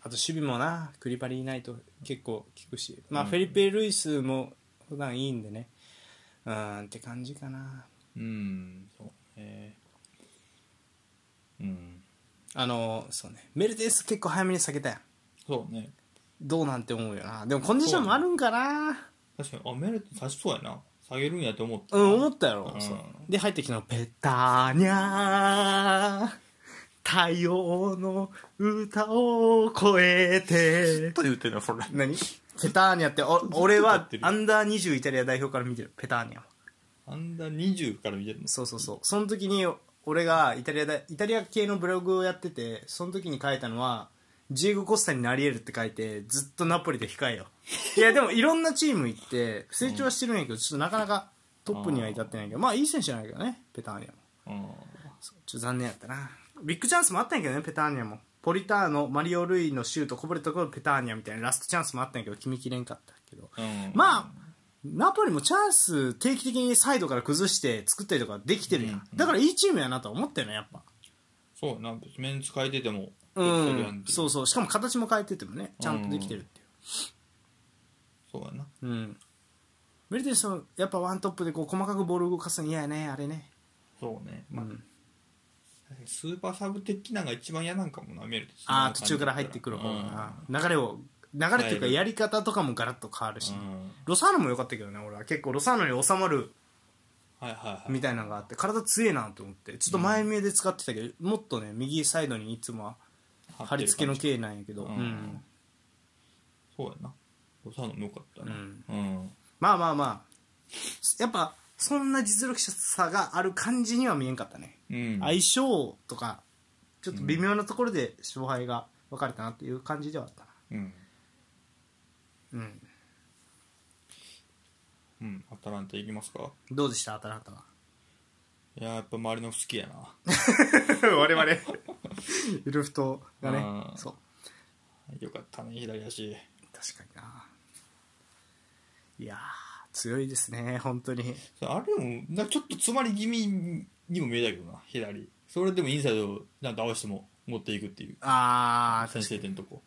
S1: と守備もなクリバリーいないと結構効くしまあ、
S2: うん
S1: フェリペ・ルイスも普段いいんでねうーんって感じかな
S2: うんそうねうん
S1: あのそうねメルテンス結構早めに下げたやん
S2: そうね
S1: どうなんて思うよなでもコンディションもあるんかな
S2: 確かにあメルト刺しそうやな下げるんやと思った
S1: う,、ん思ったやろ、
S2: うん
S1: そうで入ってきたの「ペタニャー太陽の歌を超えて
S3: と言ってたそれ」
S1: 何ペターニャってお俺
S2: ずっと歌
S1: は
S2: ってる
S1: アンダー20イタリア代表から見てるペターニャは
S2: アンダー20から見てるの
S1: そうそうそうその時に俺がイタリアだイタリア系のブログをやっててその時に書いたのはジーゴ・コスタになり得るって書いてずっとナポリで控えよいやでもいろんなチーム行って成長はしてるんやけどちょっとなかなかトップには至ってないけどまあいい選手じゃないけどねペターニャも
S2: うん
S1: そうちょっと残念やったなビッグチャンスもあったんやけどねペターニャもポリターノマリオ・ルイのシュートこぼれたところペターニャみたいなラストチャンスもあったんやけど決めきれんかったけど
S2: うん
S1: まあナポリもチャンス定期的にサイドから崩して作ったりとかできてるやん、だからいいチームやなとは思ったよねやっぱ
S2: そうやな別にメンツ変えてても
S1: う
S2: できてるや
S1: ん
S2: んってい
S1: そうそうしかも形も変えててもねちゃんとできてるってい
S2: そうやな
S1: ううんメルテンスのやっぱワントップでこう細かくボール動かすの嫌やねあれね
S2: そうねまあ
S1: うん
S2: スーパーサブ的なのが一番嫌なんかもなメルト
S1: ああ途中から入ってくる方がな、流れを流れっていうかやり方とかもガラッと変わるしね、
S2: うんうん
S1: ロサーノも良かったけどね俺は結構ロサーノに収まる
S2: はいはいは
S1: み
S2: い
S1: たいなのがあって体強えなと思ってちょっと前目で使ってたけど、もっとね右サイドにいつもは貼り付けの
S2: け
S1: 系なんやけど、
S2: う
S1: うんん
S2: そうやなロサーノもよかった
S1: う
S2: なうん
S1: ん
S2: うん
S1: まあまあまあやっぱそんな実力差がある感じには見えんかったね、相性とかちょっと微妙なところで勝敗が分かれたなっていう感じではあったな
S2: うん
S1: うん
S2: うんアタランタ行きますか
S1: どうでしたアタランタは
S2: いややっぱ周りの好きやな
S1: 我々 ウルフトがね
S2: うん
S1: そう
S2: よかったね左足
S1: 確かにないやー強いですね本当に
S2: あれもなんかちょっと詰まり気味にも見えたけどな左それでもインサイドちゃんと合わせても持っていくっていう
S1: ああ
S2: 先制点のとこ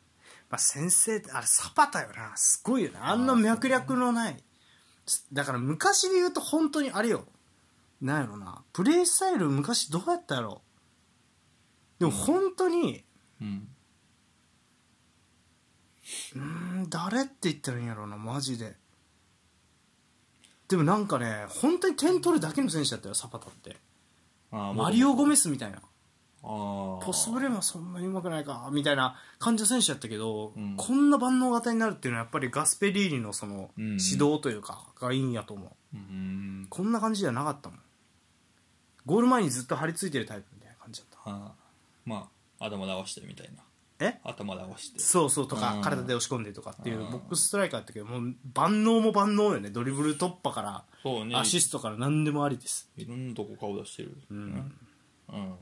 S1: まあ、先生ってあれサパタよなすごいよなあんな脈略のないだから昔で言うと本当にあれよなんやろなプレイスタイル昔どうやったやろでも本当に
S2: うん
S1: うーん誰って言ったらいいんやろなマジででもなんかね本当に点取るだけの選手だったよサパタって
S2: あー
S1: マリオ・ゴメスみたいな
S2: ああ
S1: ポストプレーもそんなにうまくないかみたいな感じの選手やったけど、
S2: うん
S1: こんな万能型になるっていうのはやっぱりガスペリーリのその
S2: うん
S1: 指導というかがいいんやと思う、
S2: うん
S1: こんな感じじゃなかったもんゴール前にずっと張り付いてるタイプみたいな感じだっ
S2: あーまあ頭で合わしてみたいな
S1: たえ
S2: 頭で合わして
S1: そうそうとか、
S2: うん
S1: 体で押し込んでとかっていう
S2: うん
S1: ボックスストライカーだったけどもう万能も万能よねドリブル突破か
S2: そうね
S1: らアシストから何でもありです
S2: いろんなとこ顔出してる
S1: うん、
S2: うん、ね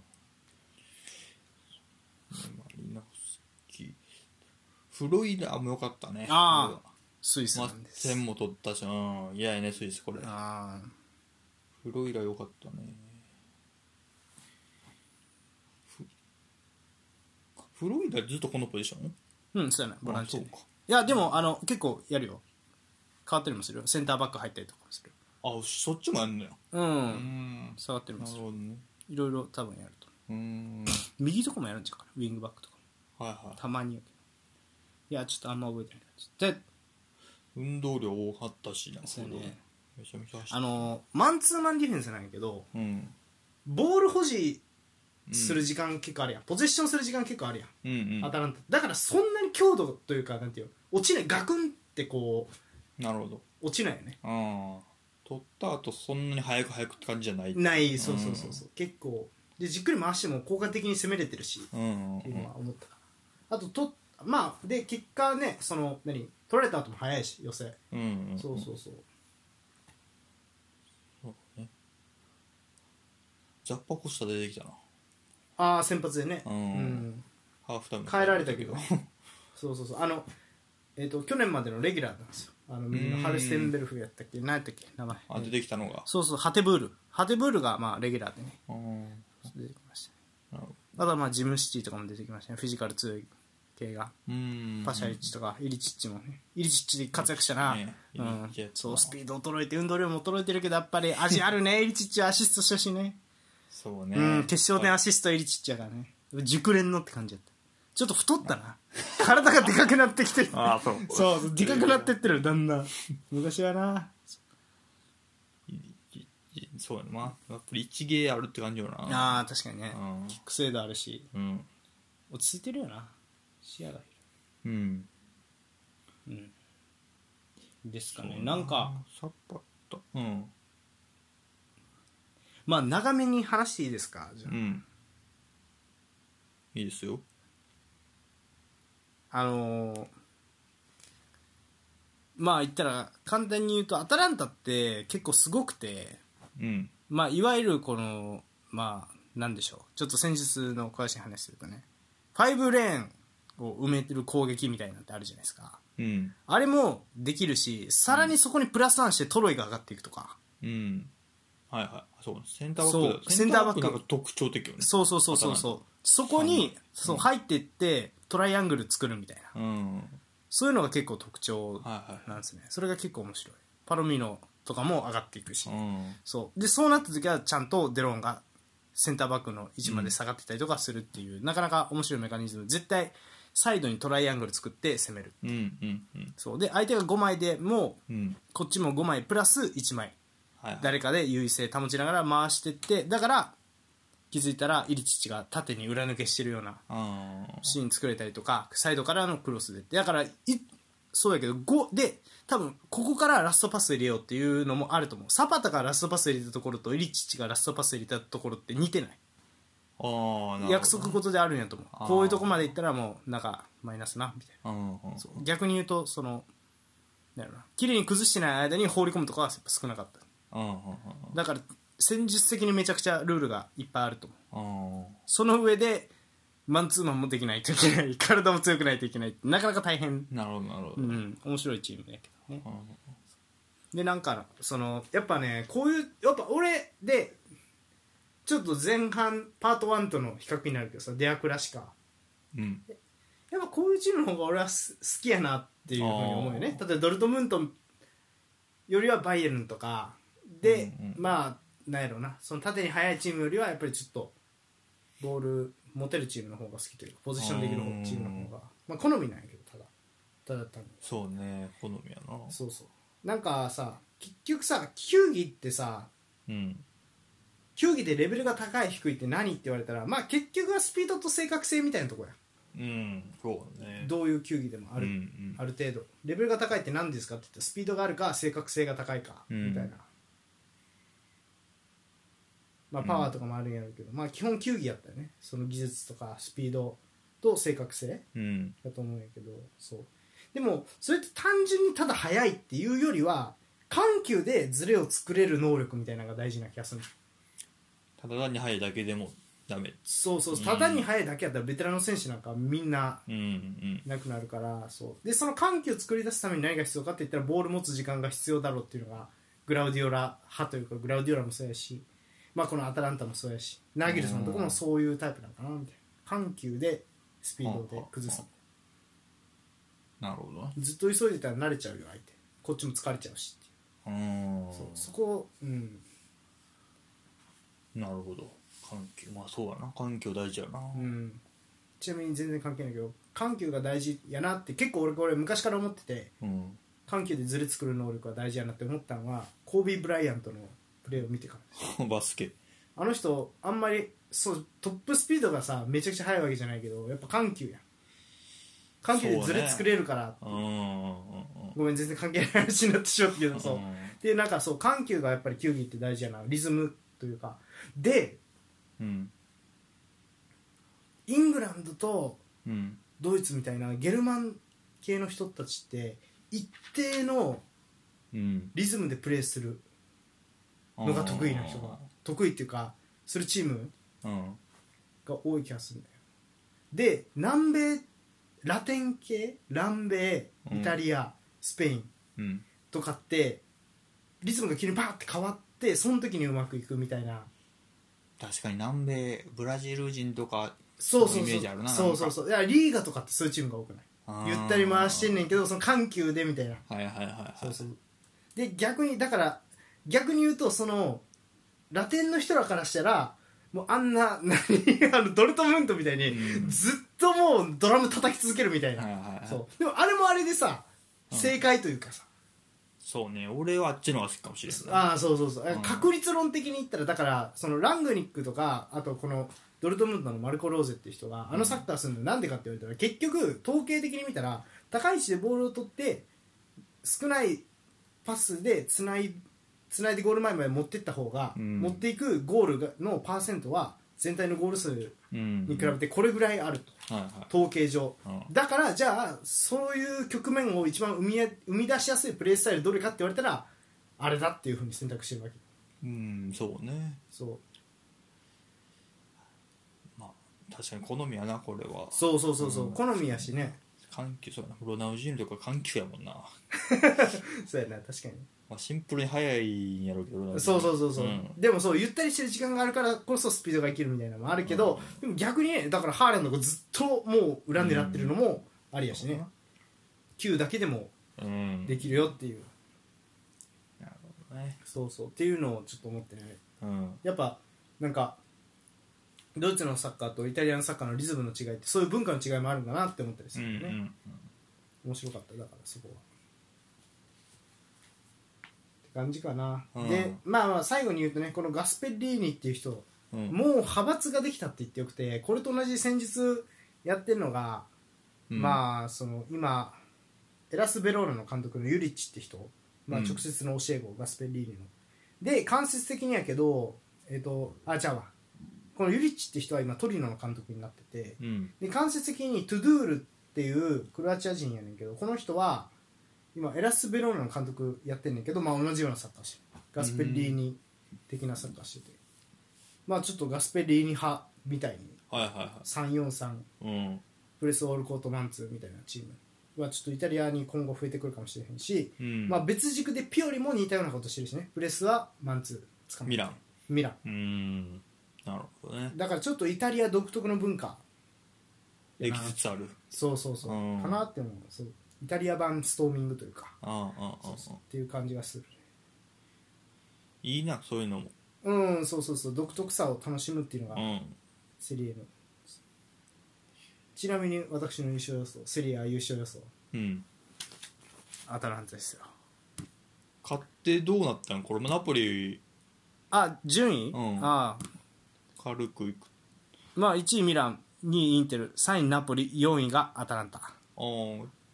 S2: マリナフスキフロイダーも良かったね
S1: ああスイス
S2: ま
S1: な
S2: あ
S1: んです、
S2: 点も取ったしうん嫌やねスイスこれ
S1: あー
S2: フロイラ良かったねフフロイラずっとこのポジション
S1: うんそうやねボランチで
S2: あそうか
S1: いやでもあの結構やるよ変わったりもするよセンターバック入ったりとかもする
S2: あそっちもやんのよ
S1: うん、
S2: うん
S1: 下がったり
S2: な
S1: も
S2: る
S1: する
S2: ほどね
S1: いろいろ多分やると
S2: うん
S1: 右とかもやるんちゃうかなウィングバックとかも
S2: はいはい
S1: たまにやけどいやちょっとあんま覚えてない感じで
S2: 運動量多かったしな
S1: そうね
S2: フロイラめちゃめちゃ走
S1: あ
S2: った
S1: のマンツーマンディフェンスなんやけど
S2: うん
S1: ボール保持する
S2: うん
S1: 時間結構あるやん、ポゼッションする時間結構あるやん、
S2: うんうん
S1: アタランタだからそんなに強度というかなんていうの落ちないガクンってこ
S2: なるほど
S1: う落ちないよね
S2: うん取った後そんなに早く早くって感じじゃない
S1: ないそうそうそうそう、結構でじっくり回しても効果的に攻めれてるし
S2: うんうんうん
S1: っていうのは思ったかなあととまあで結果ねその何取られた後も早いし寄せ、
S2: うんうん
S1: そうそうそう
S2: そうねザッパコスタ出てきたな
S1: ああ先発でね
S2: うん
S1: うん
S2: ハーフタイム
S1: 変えられたけどそうそうそうあのえっ、と去年までのレギュラーなんですよあの右の
S2: うん
S1: ハルステンベルフやったっけ何やったっけ名前
S2: あ出てきたのが
S1: そうそうハテブールハテブールがまあレギュラーでね
S2: うん
S1: 出てきましたね
S2: なるほ
S1: あ
S2: ど
S1: とはまあジムシティとかも出てきましたねフィジカル強い系が
S2: うん
S1: パシャリッチとかイリチッチもねイリチッチで活躍したな、
S2: ね
S1: う
S2: イリ
S1: ん
S2: チッチやったな、
S1: そうスピード衰えて運動量も衰えてるけどやっぱり味あるねイリチッチはアシストしたしね
S2: そうね
S1: うん決勝点アシストイリチッチやからね熟練のって感じだったちょっと太った な体がでかくなってきてる
S3: ああそう
S1: そうそうでかくなってってるだんだん昔はな
S2: そうやなやっぱり一芸あるって感じよな
S1: ああ確かにね
S2: うん
S1: キック精度あるし
S2: うん
S1: 落ち着いてるよな視野が
S2: うん
S1: 広いうんですかねなんか
S2: さっぱったうん
S1: まあ長めに話していいですかじゃあ
S2: うんいいですよ
S1: あのーまあ言ったら簡単に言うとアタランタって結構すごくて
S2: うん
S1: まあいわゆるこのまあなんでしょうちょっと戦術の詳しい話するとね5レーンを埋めてる攻撃みたいなのってあるじゃないですか
S2: うん
S1: あれもできるしさらにそこにプラスワンしてトロイが上がっていくとか、
S2: うんはいはいそうセンターバック
S1: そう
S2: だ
S1: センターバック
S2: なんか特徴的よね
S1: そうそうそうそうそうそこにそう入っていってトライアングル作るみたいな
S2: うんはい
S1: そういうのが結構特徴
S2: は
S1: なんですねそれが結構面白いパロミーノとかも上がっていくし、
S2: いうん
S1: そうでそうなった時はちゃんとデロンがセンターバックの位置まで下がってたりとかするっていう、なかなか面白いメカニズム絶対サイドにトライアングル作って攻める
S2: うんうんうん
S1: そうで相手が5枚でもう
S2: うん
S1: こっちも5枚プラス1枚
S2: はいはい
S1: 誰かで優位性保ちながら回してってだから気づいたらイリチッチが縦に裏抜けしてるような
S2: あー
S1: シーン作れたりとかサイドからのクロスでってだからいそうやけど5で多分ここからラストパス入れようっていうのもあると思うサパタがラストパス入れたところとイリチッチがラストパス入れたところって似てない
S2: あーなるほど
S1: 約束事であるんやと思
S2: あ
S1: う
S2: ー
S1: こういうとこまで行ったらもうなんかマイナスなみたい
S2: うんうんうん
S1: な逆に言うとそのなんやろな綺麗に崩してない間に放り込むとかはやっぱ少なかった
S2: うんうんうん
S1: だから戦術的にめちゃくちゃルールがいっぱいあると思う
S2: うん
S1: その上でマンツーマンもできないといけない体も強くないといけないなかなか大変
S2: なるほどなるほ
S1: う
S2: ど
S1: ん面白いチームだけどね
S2: うん
S1: でなんかそのやっぱねこういうやっぱ俺でちょっと前半パート1との比較になるけどさデアクラシカ
S2: うん
S1: やっぱこういうチームの方が俺はす好きやなっていうふうに思うよね例えばドルトムントよりはバイエルンとかで、
S2: うんうん
S1: まあなんやろうなその縦に速いチームよりはやっぱりちょっとボール持てるチームの方が好きというかポジションできる方
S2: うん
S1: チームの方がまあ好みなんやけどただただ単に
S2: そうね好みやな
S1: そうそうなんかさ結局さ球技ってさ
S2: うん
S1: 球技でレベルが高い低いって何って言われたらまあ結局はスピードと正確性みたいなとこや
S2: うんそうだね
S1: どういう球技でもある、
S2: うんうん
S1: ある程度レベルが高いって何ですかって言ったらスピードがあるか正確性が高いか
S2: うん
S1: みたいな、まあパワーとかもあるんやろうけど、まあ基本球技やったよねその技術とかスピードと正確性
S2: うん
S1: だと思うんやけどそうでもそれって単純にただ速いっていうよりは緩急でズレを作れる能力みたいなのが大事な気がする
S2: ただ単に入るだけでもダメ
S1: そうそう
S2: うん
S1: ただに速いだけやったらベテランの選手なんかみんな
S2: うんうん
S1: なくなるからそうでその緩急を作り出すために何が必要かって言ったらボール持つ時間が必要だろうっていうのがグラウディオラ派というかグラウディオラもそうやし、まあ、このアタランタもそうやしナギルさんのとこもそういうタイプなのかなみたいな緩急でスピードで崩す
S2: なるほど
S1: ずっと急いでたら慣れちゃうよ相手こっちも疲れちゃうしっていう
S2: うん
S1: そうそこをうん、
S2: なるほど環境まあそうやな環境大事やな
S1: うん、ちなみに全然関係ないけど緩急が大事やなって結構俺これ昔から思ってて
S2: うん
S1: 緩急でズレ作る能力が大事やなって思ったのはコービー・ブライアントのプレーを見てからです
S2: バスケ
S1: あの人あんまりそうトップスピードがさめちゃくちゃ速いわけじゃないけどやっぱ緩急やん緩急でズレ作れるから、
S2: うんうんうん
S1: ごめん全然関係ない話になってしまったけどそう、
S2: う
S1: でなんかそう緩急がやっぱり球技って大事やなリズムというかで
S2: ん
S1: イングランドと
S2: うん
S1: ドイツみたいなゲルマン系の人たちって一定の
S2: うん
S1: リズムでプレーするのが得意な人が得意っていうかするチーム
S2: うん
S1: が多い気がするんだよで南米ラテン系南米
S2: うん
S1: イタリア、スペイン
S2: うん
S1: とかってリズムが急にバーって変わってその時にうまくいくみたいな
S2: 確かに南米ブラジル人とか
S1: そうそう
S2: イメ
S1: そ
S2: ージある
S1: う
S2: な
S1: そうそうそういやリーガとかってそういうチームが多くないゆったり回してんねんけどその緩急でみたいな
S2: はいはいはいはい
S1: そうそうで逆にだから逆に言うとそのラテンの人らからしたらもうあんな何 あのドルトムントみたいに、
S2: うん
S1: ずっともうドラム叩き続けるみたいな、
S2: はいはいはい
S1: そうでもあれもあれでさ
S2: うん
S1: 正解というかさ、
S2: そうね俺はあっちの方が好きかもしれない
S1: ああそうそうそう、
S2: うん
S1: 確率論的に言ったらだからそのラングニックとかあとこのドルトムントのマルコ・ローゼっていう人があのサッカーするのなんでかって言われたら結局統計的に見たら高い位置でボールを取って少ないパスでつないつないでゴール前まで持ってった方が、
S2: うん
S1: 持っていくゴールがのパーセントは全体のゴール数
S2: うん
S1: に比べてこれぐらいあると、
S2: はいはい
S1: 統計上
S2: うん
S1: だからじゃあそういう局面を一番生みや生み出しやすいプレースタイルどれかって言われたらあれだっていうふうに選択してるわけ
S2: うんそうね
S1: そう
S2: まあ確かに好みやなこれは
S1: そうそうそうそう、
S2: うん
S1: 好みやしね
S2: 緩急そうやなロナウジーニョとか緩急やもんな、
S1: そうやな確かに、
S2: まあ、シンプルに速いんやろうけどロナウジ
S1: そう
S2: ーニョ
S1: そうそうそう、
S2: ん
S1: でもそうゆったりしてる時間があるからこそスピードが生きるみたいなのもあるけど、でも逆にねだからハーレンの子ずっともう裏狙ってるのもありやしね、球だけでも
S2: うん
S1: できるよっていう、
S2: なるほどね
S1: そうそうっていうのをちょっと思ってね
S2: うん
S1: やっぱなんかドイツのサッカーとイタリアのサッカーのリズムの違いってそういう文化の違いもあるんだなって思ったりす
S2: うんう
S1: るよね、
S2: ん
S1: 面白かっただからそこはって感じかな、
S2: うん
S1: でまあまあ最後に言うとねこのガスペッリーニっていう人、
S2: うん
S1: もう派閥ができたって言ってよくてこれと同じ戦術やってるのが、
S2: うん
S1: まあその今エラス・ベローナの監督のユリッチって人、まあ、
S2: うん
S1: 直接の教え子、ガスペッリーニので間接的にやけどえっ、とあじゃあわこのユリッチって人は今トリノの監督になってて、
S2: うん
S1: で間接的にトゥドゥールっていうクロアチア人やねんけどこの人は今エラス・ベローナの監督やってんねんけど、まあ、同じようなサッカーしてるガスペッリーニ的なサッカーしてて、まあちょっとガスペッリーニ派みたいに
S2: はいはいは
S1: 343
S2: いうん
S1: プレスオールコートマンツーみたいなチームはちょっとイタリアに今後増えてくるかもしれへんし、
S2: うん
S1: まあ、別軸でピオリも似たようなことしてるしねプレスはマンツー掴む
S2: ミラン
S1: ミラン
S2: うんなるほどね
S1: だからちょっとイタリア独特の文化
S2: できつつある
S1: そうそうそう、
S2: うん
S1: かなって思うそうイタリア版ストーミングというか
S2: ああああああ
S1: っていう感じがする
S2: いいなそういうのも
S1: うんそうそうそう独特さを楽しむっていうの
S2: う
S1: が
S2: ん
S1: セリエのちなみに私の優勝予想セリエ優勝予想
S2: うん
S1: アタランタですよ
S2: 勝ってどうなったんこれもナポリ
S1: あ順位、
S2: うん
S1: ああ
S2: 軽くいく
S1: まあ1位ミラン2位インテル3位ナポリ4位がアタランタ
S2: ああ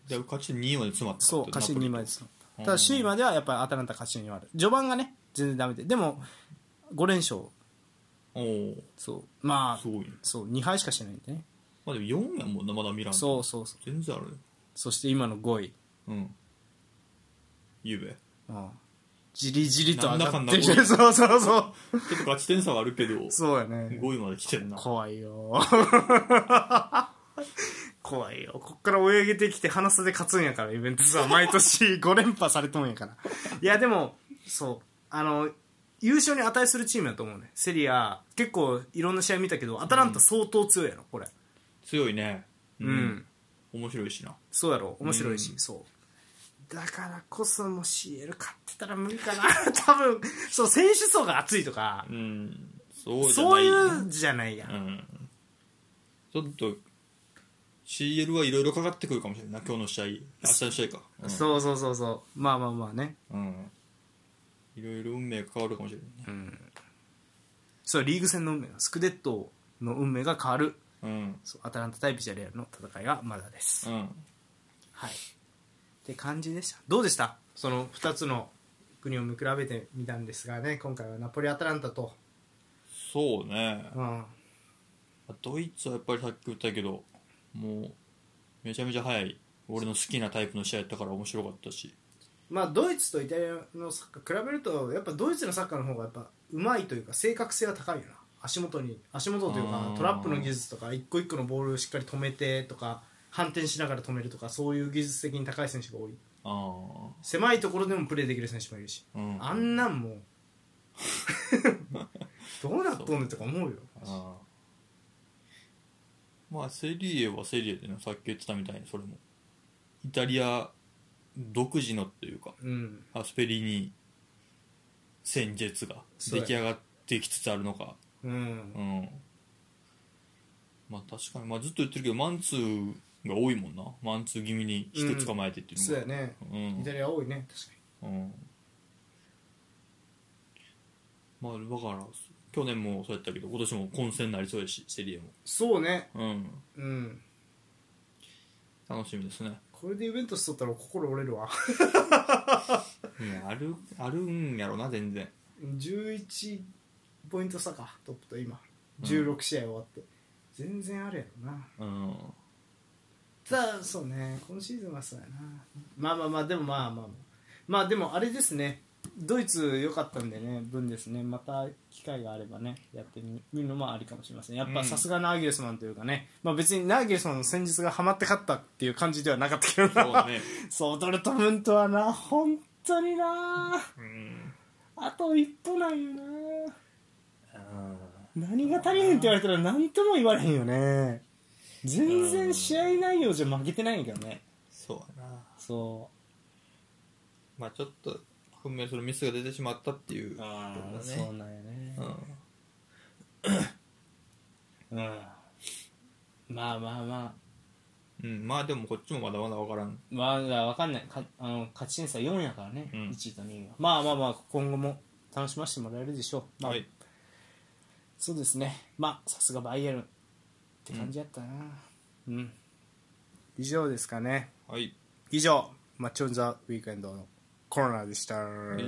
S2: だいぶ勝ち2位まで詰まった
S1: そう勝ち2枚ですすただ首位まではやっぱりアタランタ勝ちにはある序盤がね全然ダメででも5連勝
S2: おお
S1: そうまあ
S2: すごいね
S1: そう2敗しかしてないんでね
S2: まあでも4やもんなまだミラン
S1: そうそうそう
S2: 全然あるね
S1: そして今の5位、
S2: うんゆうべ
S1: うん、じりじりと上がってき
S2: なんだかんだ
S1: て そうそうそう
S2: ちょっと勝ち点差はある けど
S1: そうやね
S2: 5位まで来てるな
S1: 怖いよ 怖いよこっから追い上げてきて鼻差で勝つんやからイベントス は毎年5連覇されとんやからいやでもそうあの優勝に値するチームやと思うねセリア結構いろんな試合見たけどアタランタ相当強いやろこれ
S2: 強いね
S1: うん、
S2: 面白いしな
S1: そうやろ面白いし、
S2: う
S1: そうだからこそもう CL 勝ってたら無理かな 多分そう選手層が厚いとか
S2: うんそうじゃ
S1: そう
S2: ない
S1: いうじゃないやん
S2: うんちょっと CL はいろいろかかってくるかもしれないな今日の試合明日の試合か、うん、
S1: そうそうそうそうまあまあまあね
S2: うんいろいろ運命が変わるかもしれないね
S1: そうリーグ戦の運命スクデットの運命が変わる
S2: うん
S1: そうアタランタ対ビジャレアルの戦いがまだです、
S2: うん
S1: はいって感じでしたどうでしたその2つの国を見比べてみたんですがね今回はナポリアタランタと、
S2: そうね
S1: うん、
S2: ドイツはやっぱりさっき言ったけどもうめちゃめちゃ速い俺の好きなタイプの試合やったから面白かったし
S1: まあドイツとイタリアのサッカー比べるとやっぱドイツのサッカーの方がやっぱうまいというか正確性が高いよな足元に足元という
S2: う
S1: か
S2: ん
S1: トラップの技術とか一個一個のボールをしっかり止めてとか反転しながら止めるとかそういう技術的に高い選手が多い
S2: あ
S1: 狭いところでもプレーできる選手もいるし
S2: あうん
S1: あんなんもう どうなっとんねんとか思うよ
S2: あーまあセリエはセリエでねさっき言ってたみたいにそれもイタリア独自のというか
S1: うん
S2: アスペリに戦術が
S1: そう
S2: 出
S1: や
S2: 来上がってきつつあるのか
S1: う
S2: うんんまあ確かに、まあ、ずっと言ってるけどマンツーが多いもんなマンツー気味に人捕まえてっていうの
S1: そう
S2: が
S1: やね
S2: うん
S1: イタリア多いね確か
S2: うんまあだから去年もそうやったけど今年も混戦になりそうやしセリエも
S1: にそうね
S2: うん
S1: うん
S2: 楽しみですね、
S1: これでイベントス取ったら心折れるわ
S2: うん、あるあるんやろな全然
S1: 11ポイント差かトップと今
S2: うん
S1: 16試合終わって、全然あるやろな
S2: うん
S1: ただそうね今シーズンはそうやなまあまあまあでもまあまあまあまあでもあれですねドイツ良かったんでね分ですねまた機会があればねやってみ見るのもありかもしれませんやっ
S2: う
S1: ぱ
S2: ん
S1: さすがナーギレスマンというかね、まあ別にナーギレスマンの戦術がハマって勝ったっていう感じではなかったけど
S2: そ
S1: な
S2: うだ ね
S1: そうドルトムントはな本当にな
S2: うん
S1: あと一歩なんよな何が足りへんって言われたら何とも言われへんよね全然試合内容じゃ負けてないんやけどね
S2: そうやな
S1: そ
S2: まあちょっと本命そのミスが出てしまったっていう
S1: うあ
S2: ところだ
S1: そう
S2: ね
S1: なんやね
S2: うん
S1: うんまあまあまあ
S2: うん、まあでもこっちもまだまだ分からん
S1: まだわかんないかあの勝ち点差4やからね、
S2: うん
S1: 1位と2位はまあまあまあ今後も楽しませてもらえるでしょう、まあ
S2: はい
S1: そうですねまあさすがバイエルンって感じやったなうん、以上ですかね
S2: はい
S1: 以上マッチョ・オン・ザ・ウィークエンドのコーナーでした、
S2: い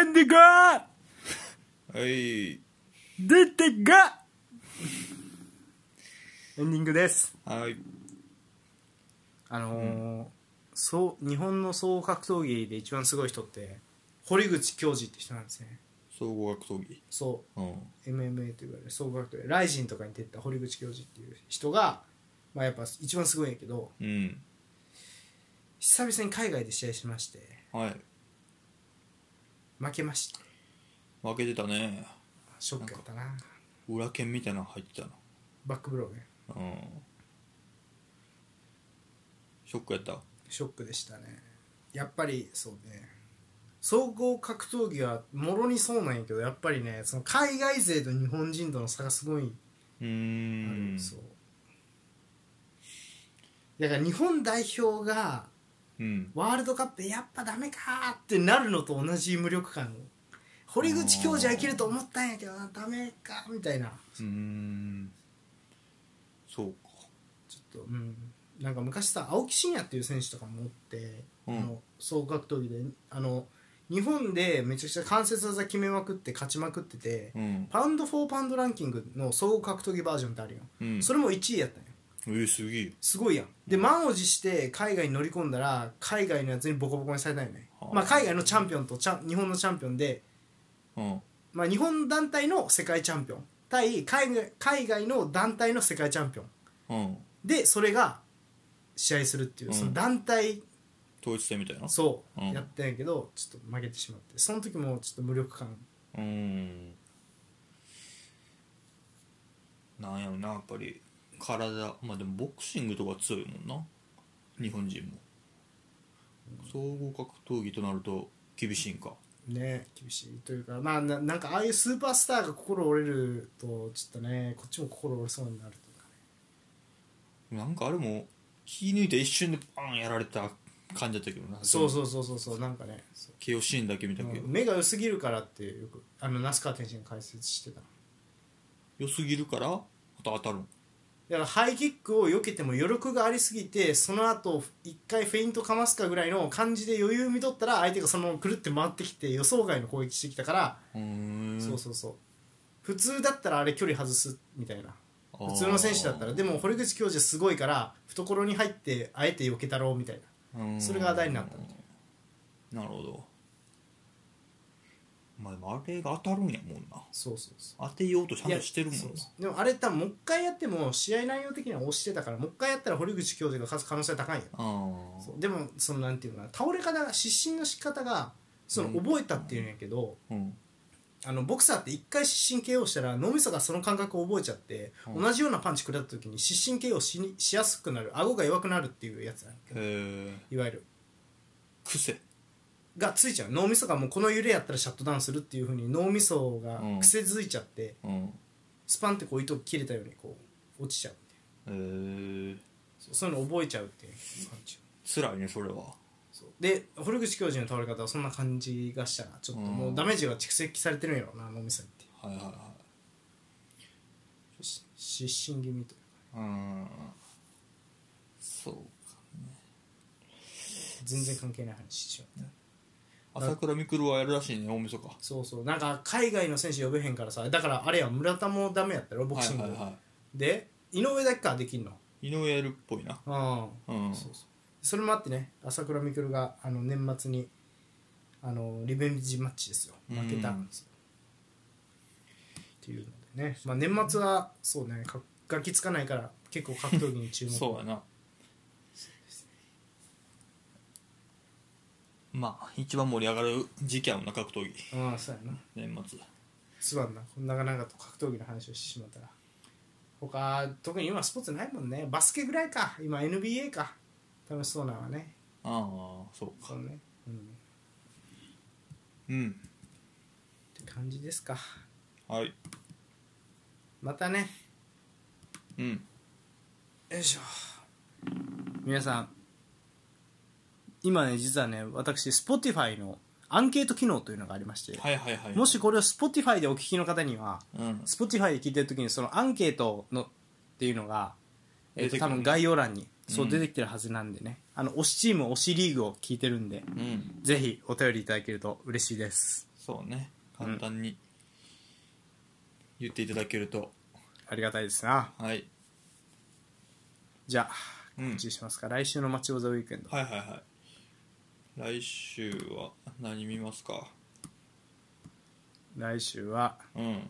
S1: エンディングー
S2: はい
S1: 出てがエンディングです
S2: はい
S1: あのーそう日本の総合格闘技で一番すごい人って堀口教授って人なんですね
S2: 総合格闘技
S1: そう
S2: うん、
S1: MMA と言われる総合格闘技ライジンとかに出てた堀口教授っていう人が、まあ、やっぱ一番すごいんやけど
S2: うん、
S1: 久々に海外で試合しまして
S2: はい
S1: 負けました
S2: 負けてたね
S1: ショックやったな
S2: 裏剣みたいなの入ってたな
S1: バックブローね
S2: うんショックやった
S1: ショックでしたねやっぱりそうね総合格闘技はもろにそうなんやけどやっぱりねその海外勢と日本人との差がすごい
S2: うん
S1: ある
S2: ん
S1: そうだから日本代表が
S2: うん
S1: ワールドカップやっぱダメかーってなるのと同じ無力感を堀口教授はいけると思ったんやけどなダメかみたいな
S2: うんそうか
S1: ちょっとうんなんか昔さ青木真也っていう選手とかもおって、
S2: うん
S1: あの総合格闘技であの日本でめちゃくちゃ関節技決めまくって勝ちまくってて、
S2: うん
S1: パウンド・フォー・パウンドランキングの総合格闘技バージョンってあるよ、
S2: うん
S1: それも1位やったんよ
S2: えー、すげえよ
S1: すごいやんで満を持して海外に乗り込んだら海外のやつにボコボコにされたよね、
S2: はあ
S1: まあ、海外のチャンピオンとチャン日本のチャンピオンで、
S2: うん
S1: まあ、日本団体の世界チャンピオン対海外海外の団体の世界チャンピオン
S2: うん
S1: でそれが試合するっていう、
S2: うん
S1: その団体
S2: 統一戦みたいな
S1: そう、
S2: うん
S1: やってんやけどちょっと負けてしまってその時もちょっと無力感
S2: うんなんやろなやっぱり体まあでもボクシングとか強いもんな日本人も総合格闘技となると厳しいんか
S1: ね厳しいというかまあななんかああいうスーパースターが心折れるとちょっとねこっちも心折れそうになるというかね
S2: なんかあれも気抜いて一瞬でバーンやられた感じだったけどな
S1: そう
S2: う
S1: そうそうそうそうなんかねそう
S2: KO シーンだけ見たけど、
S1: 目が良すぎるからってよくあの那須川天心が解説してた
S2: 良すぎるからまた当たるん
S1: だからハイキックを避けても余力がありすぎてその後一回フェイントかますかぐらいの感じで余裕見とったら相手がそのままくるって回ってきて予想外の攻撃してきたから、
S2: うーん
S1: そうそうそう普通だったらあれ距離外すみたいな
S2: あー
S1: 普通の選手だったらでも堀口教授はすごいから懐に入ってあえて避けたろうみたいな
S2: うん
S1: それが話題になったみたい
S2: なるほどまあでもあれが当たるんやもんな
S1: そうそうそ
S2: 当てようとち
S1: う
S2: ゃんとしてるもん
S1: い
S2: な
S1: やそうそうでもあれ多分もう一回やっても試合内容的には押してたからもう一回やったら堀口教授が勝つ可能性は高いよ
S2: あ
S1: そうでもそのなんていうのかな倒れ方が失神の仕方がその
S2: うん
S1: 覚えたっていうんやけど、
S2: あうん
S1: あのボクサーって一回失神 KO したら脳みそがその感覚を覚えちゃって、
S2: うん
S1: 同じようなパンチ食らった時に失神 KO しにしやすくなる顎が弱くなるっていうやつなんやけど
S2: えー、
S1: いわゆる
S2: 癖
S1: がついちゃう脳みそがもうこの揺れやったらシャットダウンするっていうふうに脳みそが
S2: うん
S1: 癖づいちゃって、
S2: うん
S1: スパンってこう糸切れたようにこう落ちちゃうみたいな
S2: えー、
S1: そうそういうの覚えちゃうっていう感じ
S2: 辛いねそれは
S1: そうで堀口教授の倒れ方はそんな感じがしたなちょっともうダメージが蓄積されてるんやろうな脳みそにって
S2: はいはいはい
S1: し失神気味という
S2: うんそうか
S1: か全然関係ない話しちゃう
S2: 朝倉未来はやるらしいね大晦日
S1: そうそうなんか海外の選手呼べへんからさだからあれや村田もダメやったろボクシング、
S2: はいはいは
S1: で井上だけかできんの
S2: い井上やるっぽいな
S1: うん
S2: うん
S1: そうそうそれもあってね朝倉未来があの年末にあのリベンジマッチですよ負けたんですよっていうのでね、まあ、年末はそうねかガキつかないから結構格闘技に注目
S2: そうやなまあ一番盛り上がる時期やもんな格闘技
S1: ああそうやな
S2: 年末
S1: すまんなこんなかなかと格闘技の話をしてしまったら他特に今スポーツないもんねバスケぐらいか今 NBA か楽しそうなのはね
S2: ああそう
S1: そ
S2: か
S1: うねうん
S2: うん
S1: って感じですか
S2: はい
S1: またね
S2: うん
S1: よいしょ皆さん今ね実はね私 Spotify のアンケート機能というのがありまして、
S2: はいはいはい
S1: もしこれを Spotify でお聞きの方には
S2: うん
S1: Spotify で聞いてる時にそのアンケートのっていうのが、えっと
S2: 出てく
S1: 多
S2: る
S1: 分概要欄にそう
S2: うん
S1: 出てきてるはずなんでね、あの推しチーム推しリーグを聞いてるんで
S2: うん
S1: ぜひお便りいただけると嬉しいです
S2: そうね簡単に言っていただけると、
S1: ありがたいですな
S2: はい、
S1: じゃあ
S2: うん、
S1: 告知しますか、来週の「マッチ・オブ・ザ・ウィークエンド」
S2: はいはいはい来週は何見ますか
S1: 来週は
S2: うん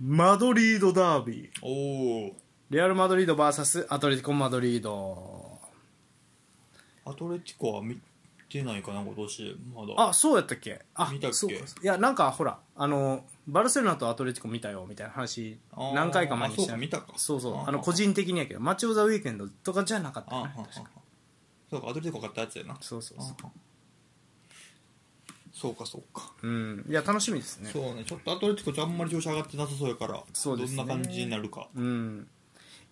S1: マドリードダービー
S2: おお
S1: レアル・マドリード VS アトレティコ・マドリード
S2: アトレティコは見てないかな今年まだ
S1: あそうやったっけあ
S2: 見たっけ
S1: そうかいやなんかほらあのバルセロナとアトレティコ見たよみたいな話
S2: あー
S1: 何回か前にし
S2: あそう
S1: た
S2: か見たか
S1: そうそう
S2: あー
S1: あの個人的にやけどマッチ・オブ・ザ・ウィークエンドとかじゃなかった
S2: あ
S1: よ
S2: あ
S1: ね
S2: ああそうかアトレティコ買ったやつやな
S1: そうそうそう
S2: ああそうかそうか、
S1: うん、いや楽しみですね
S2: そうねちょっとアトレティコちゃんあんまり調子上がってなさそうやから
S1: そうですね
S2: どんな感じになるか
S1: うん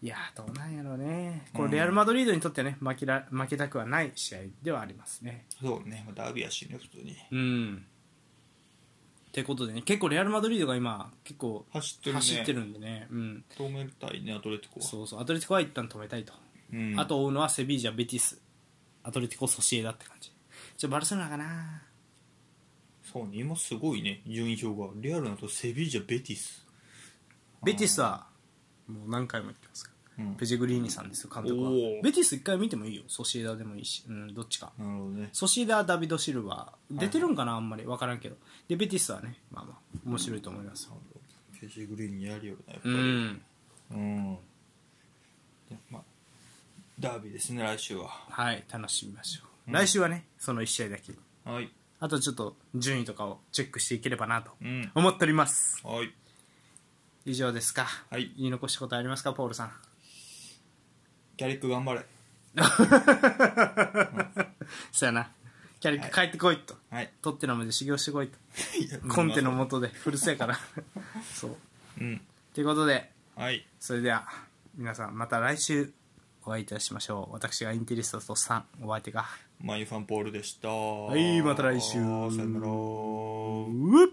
S1: いやーどうなんやろうねこれレアル・マドリードにとってね負けら負けたくはない試合ではありますね
S2: そうねまあダービーやしね普通に
S1: うんってことでね結構レアル・マドリードが今結構
S2: 走ってるね
S1: 走ってるんでねうん
S2: 止めたいねアトレティコは
S1: そうそうアトレティコは一旦止めたいと、
S2: うん
S1: あと追うのはセビージャベティスアトレティコソシエダって感じじゃあバルセロナかな
S2: そうね今すごいね順位表がレアルなとセビージャベティス
S1: ベティスはもう何回も言ってますから
S2: うん
S1: ペジェグリーニさんですよ監督は
S2: おー
S1: ベティス一回見てもいいよソシエダでもいいし、うん、どっちか
S2: なるほどね
S1: ソシエダダビド・シルバー出てるんかなあんまり分からんけどでベティスはねまあまあ面白いと思いますよ
S2: ペジグリーンやりよるなやっぱ
S1: う
S2: り
S1: ん
S2: うん、でまあダービーですね来週は
S1: はい楽しみましょう、来週はねその1試合だけ
S2: はい
S1: あとちょっと順位とかをチェックしていければなと
S2: うん
S1: 思っております
S2: はい
S1: 以上ですか、
S2: はい
S1: 言い残したことありますかポールさん
S2: ギャリック頑張れ
S1: そやなキャリック帰ってこいと、
S2: はい
S1: 取ってのムで修行してこいとコンテの元で古巣やから そう
S2: うん
S1: ということで
S2: はい
S1: それでは皆さんまた来週お会いいたしましょう私がインテリストとさんお相手が
S2: マイファンポールでした
S1: いまた来週
S2: さよなら
S1: うっ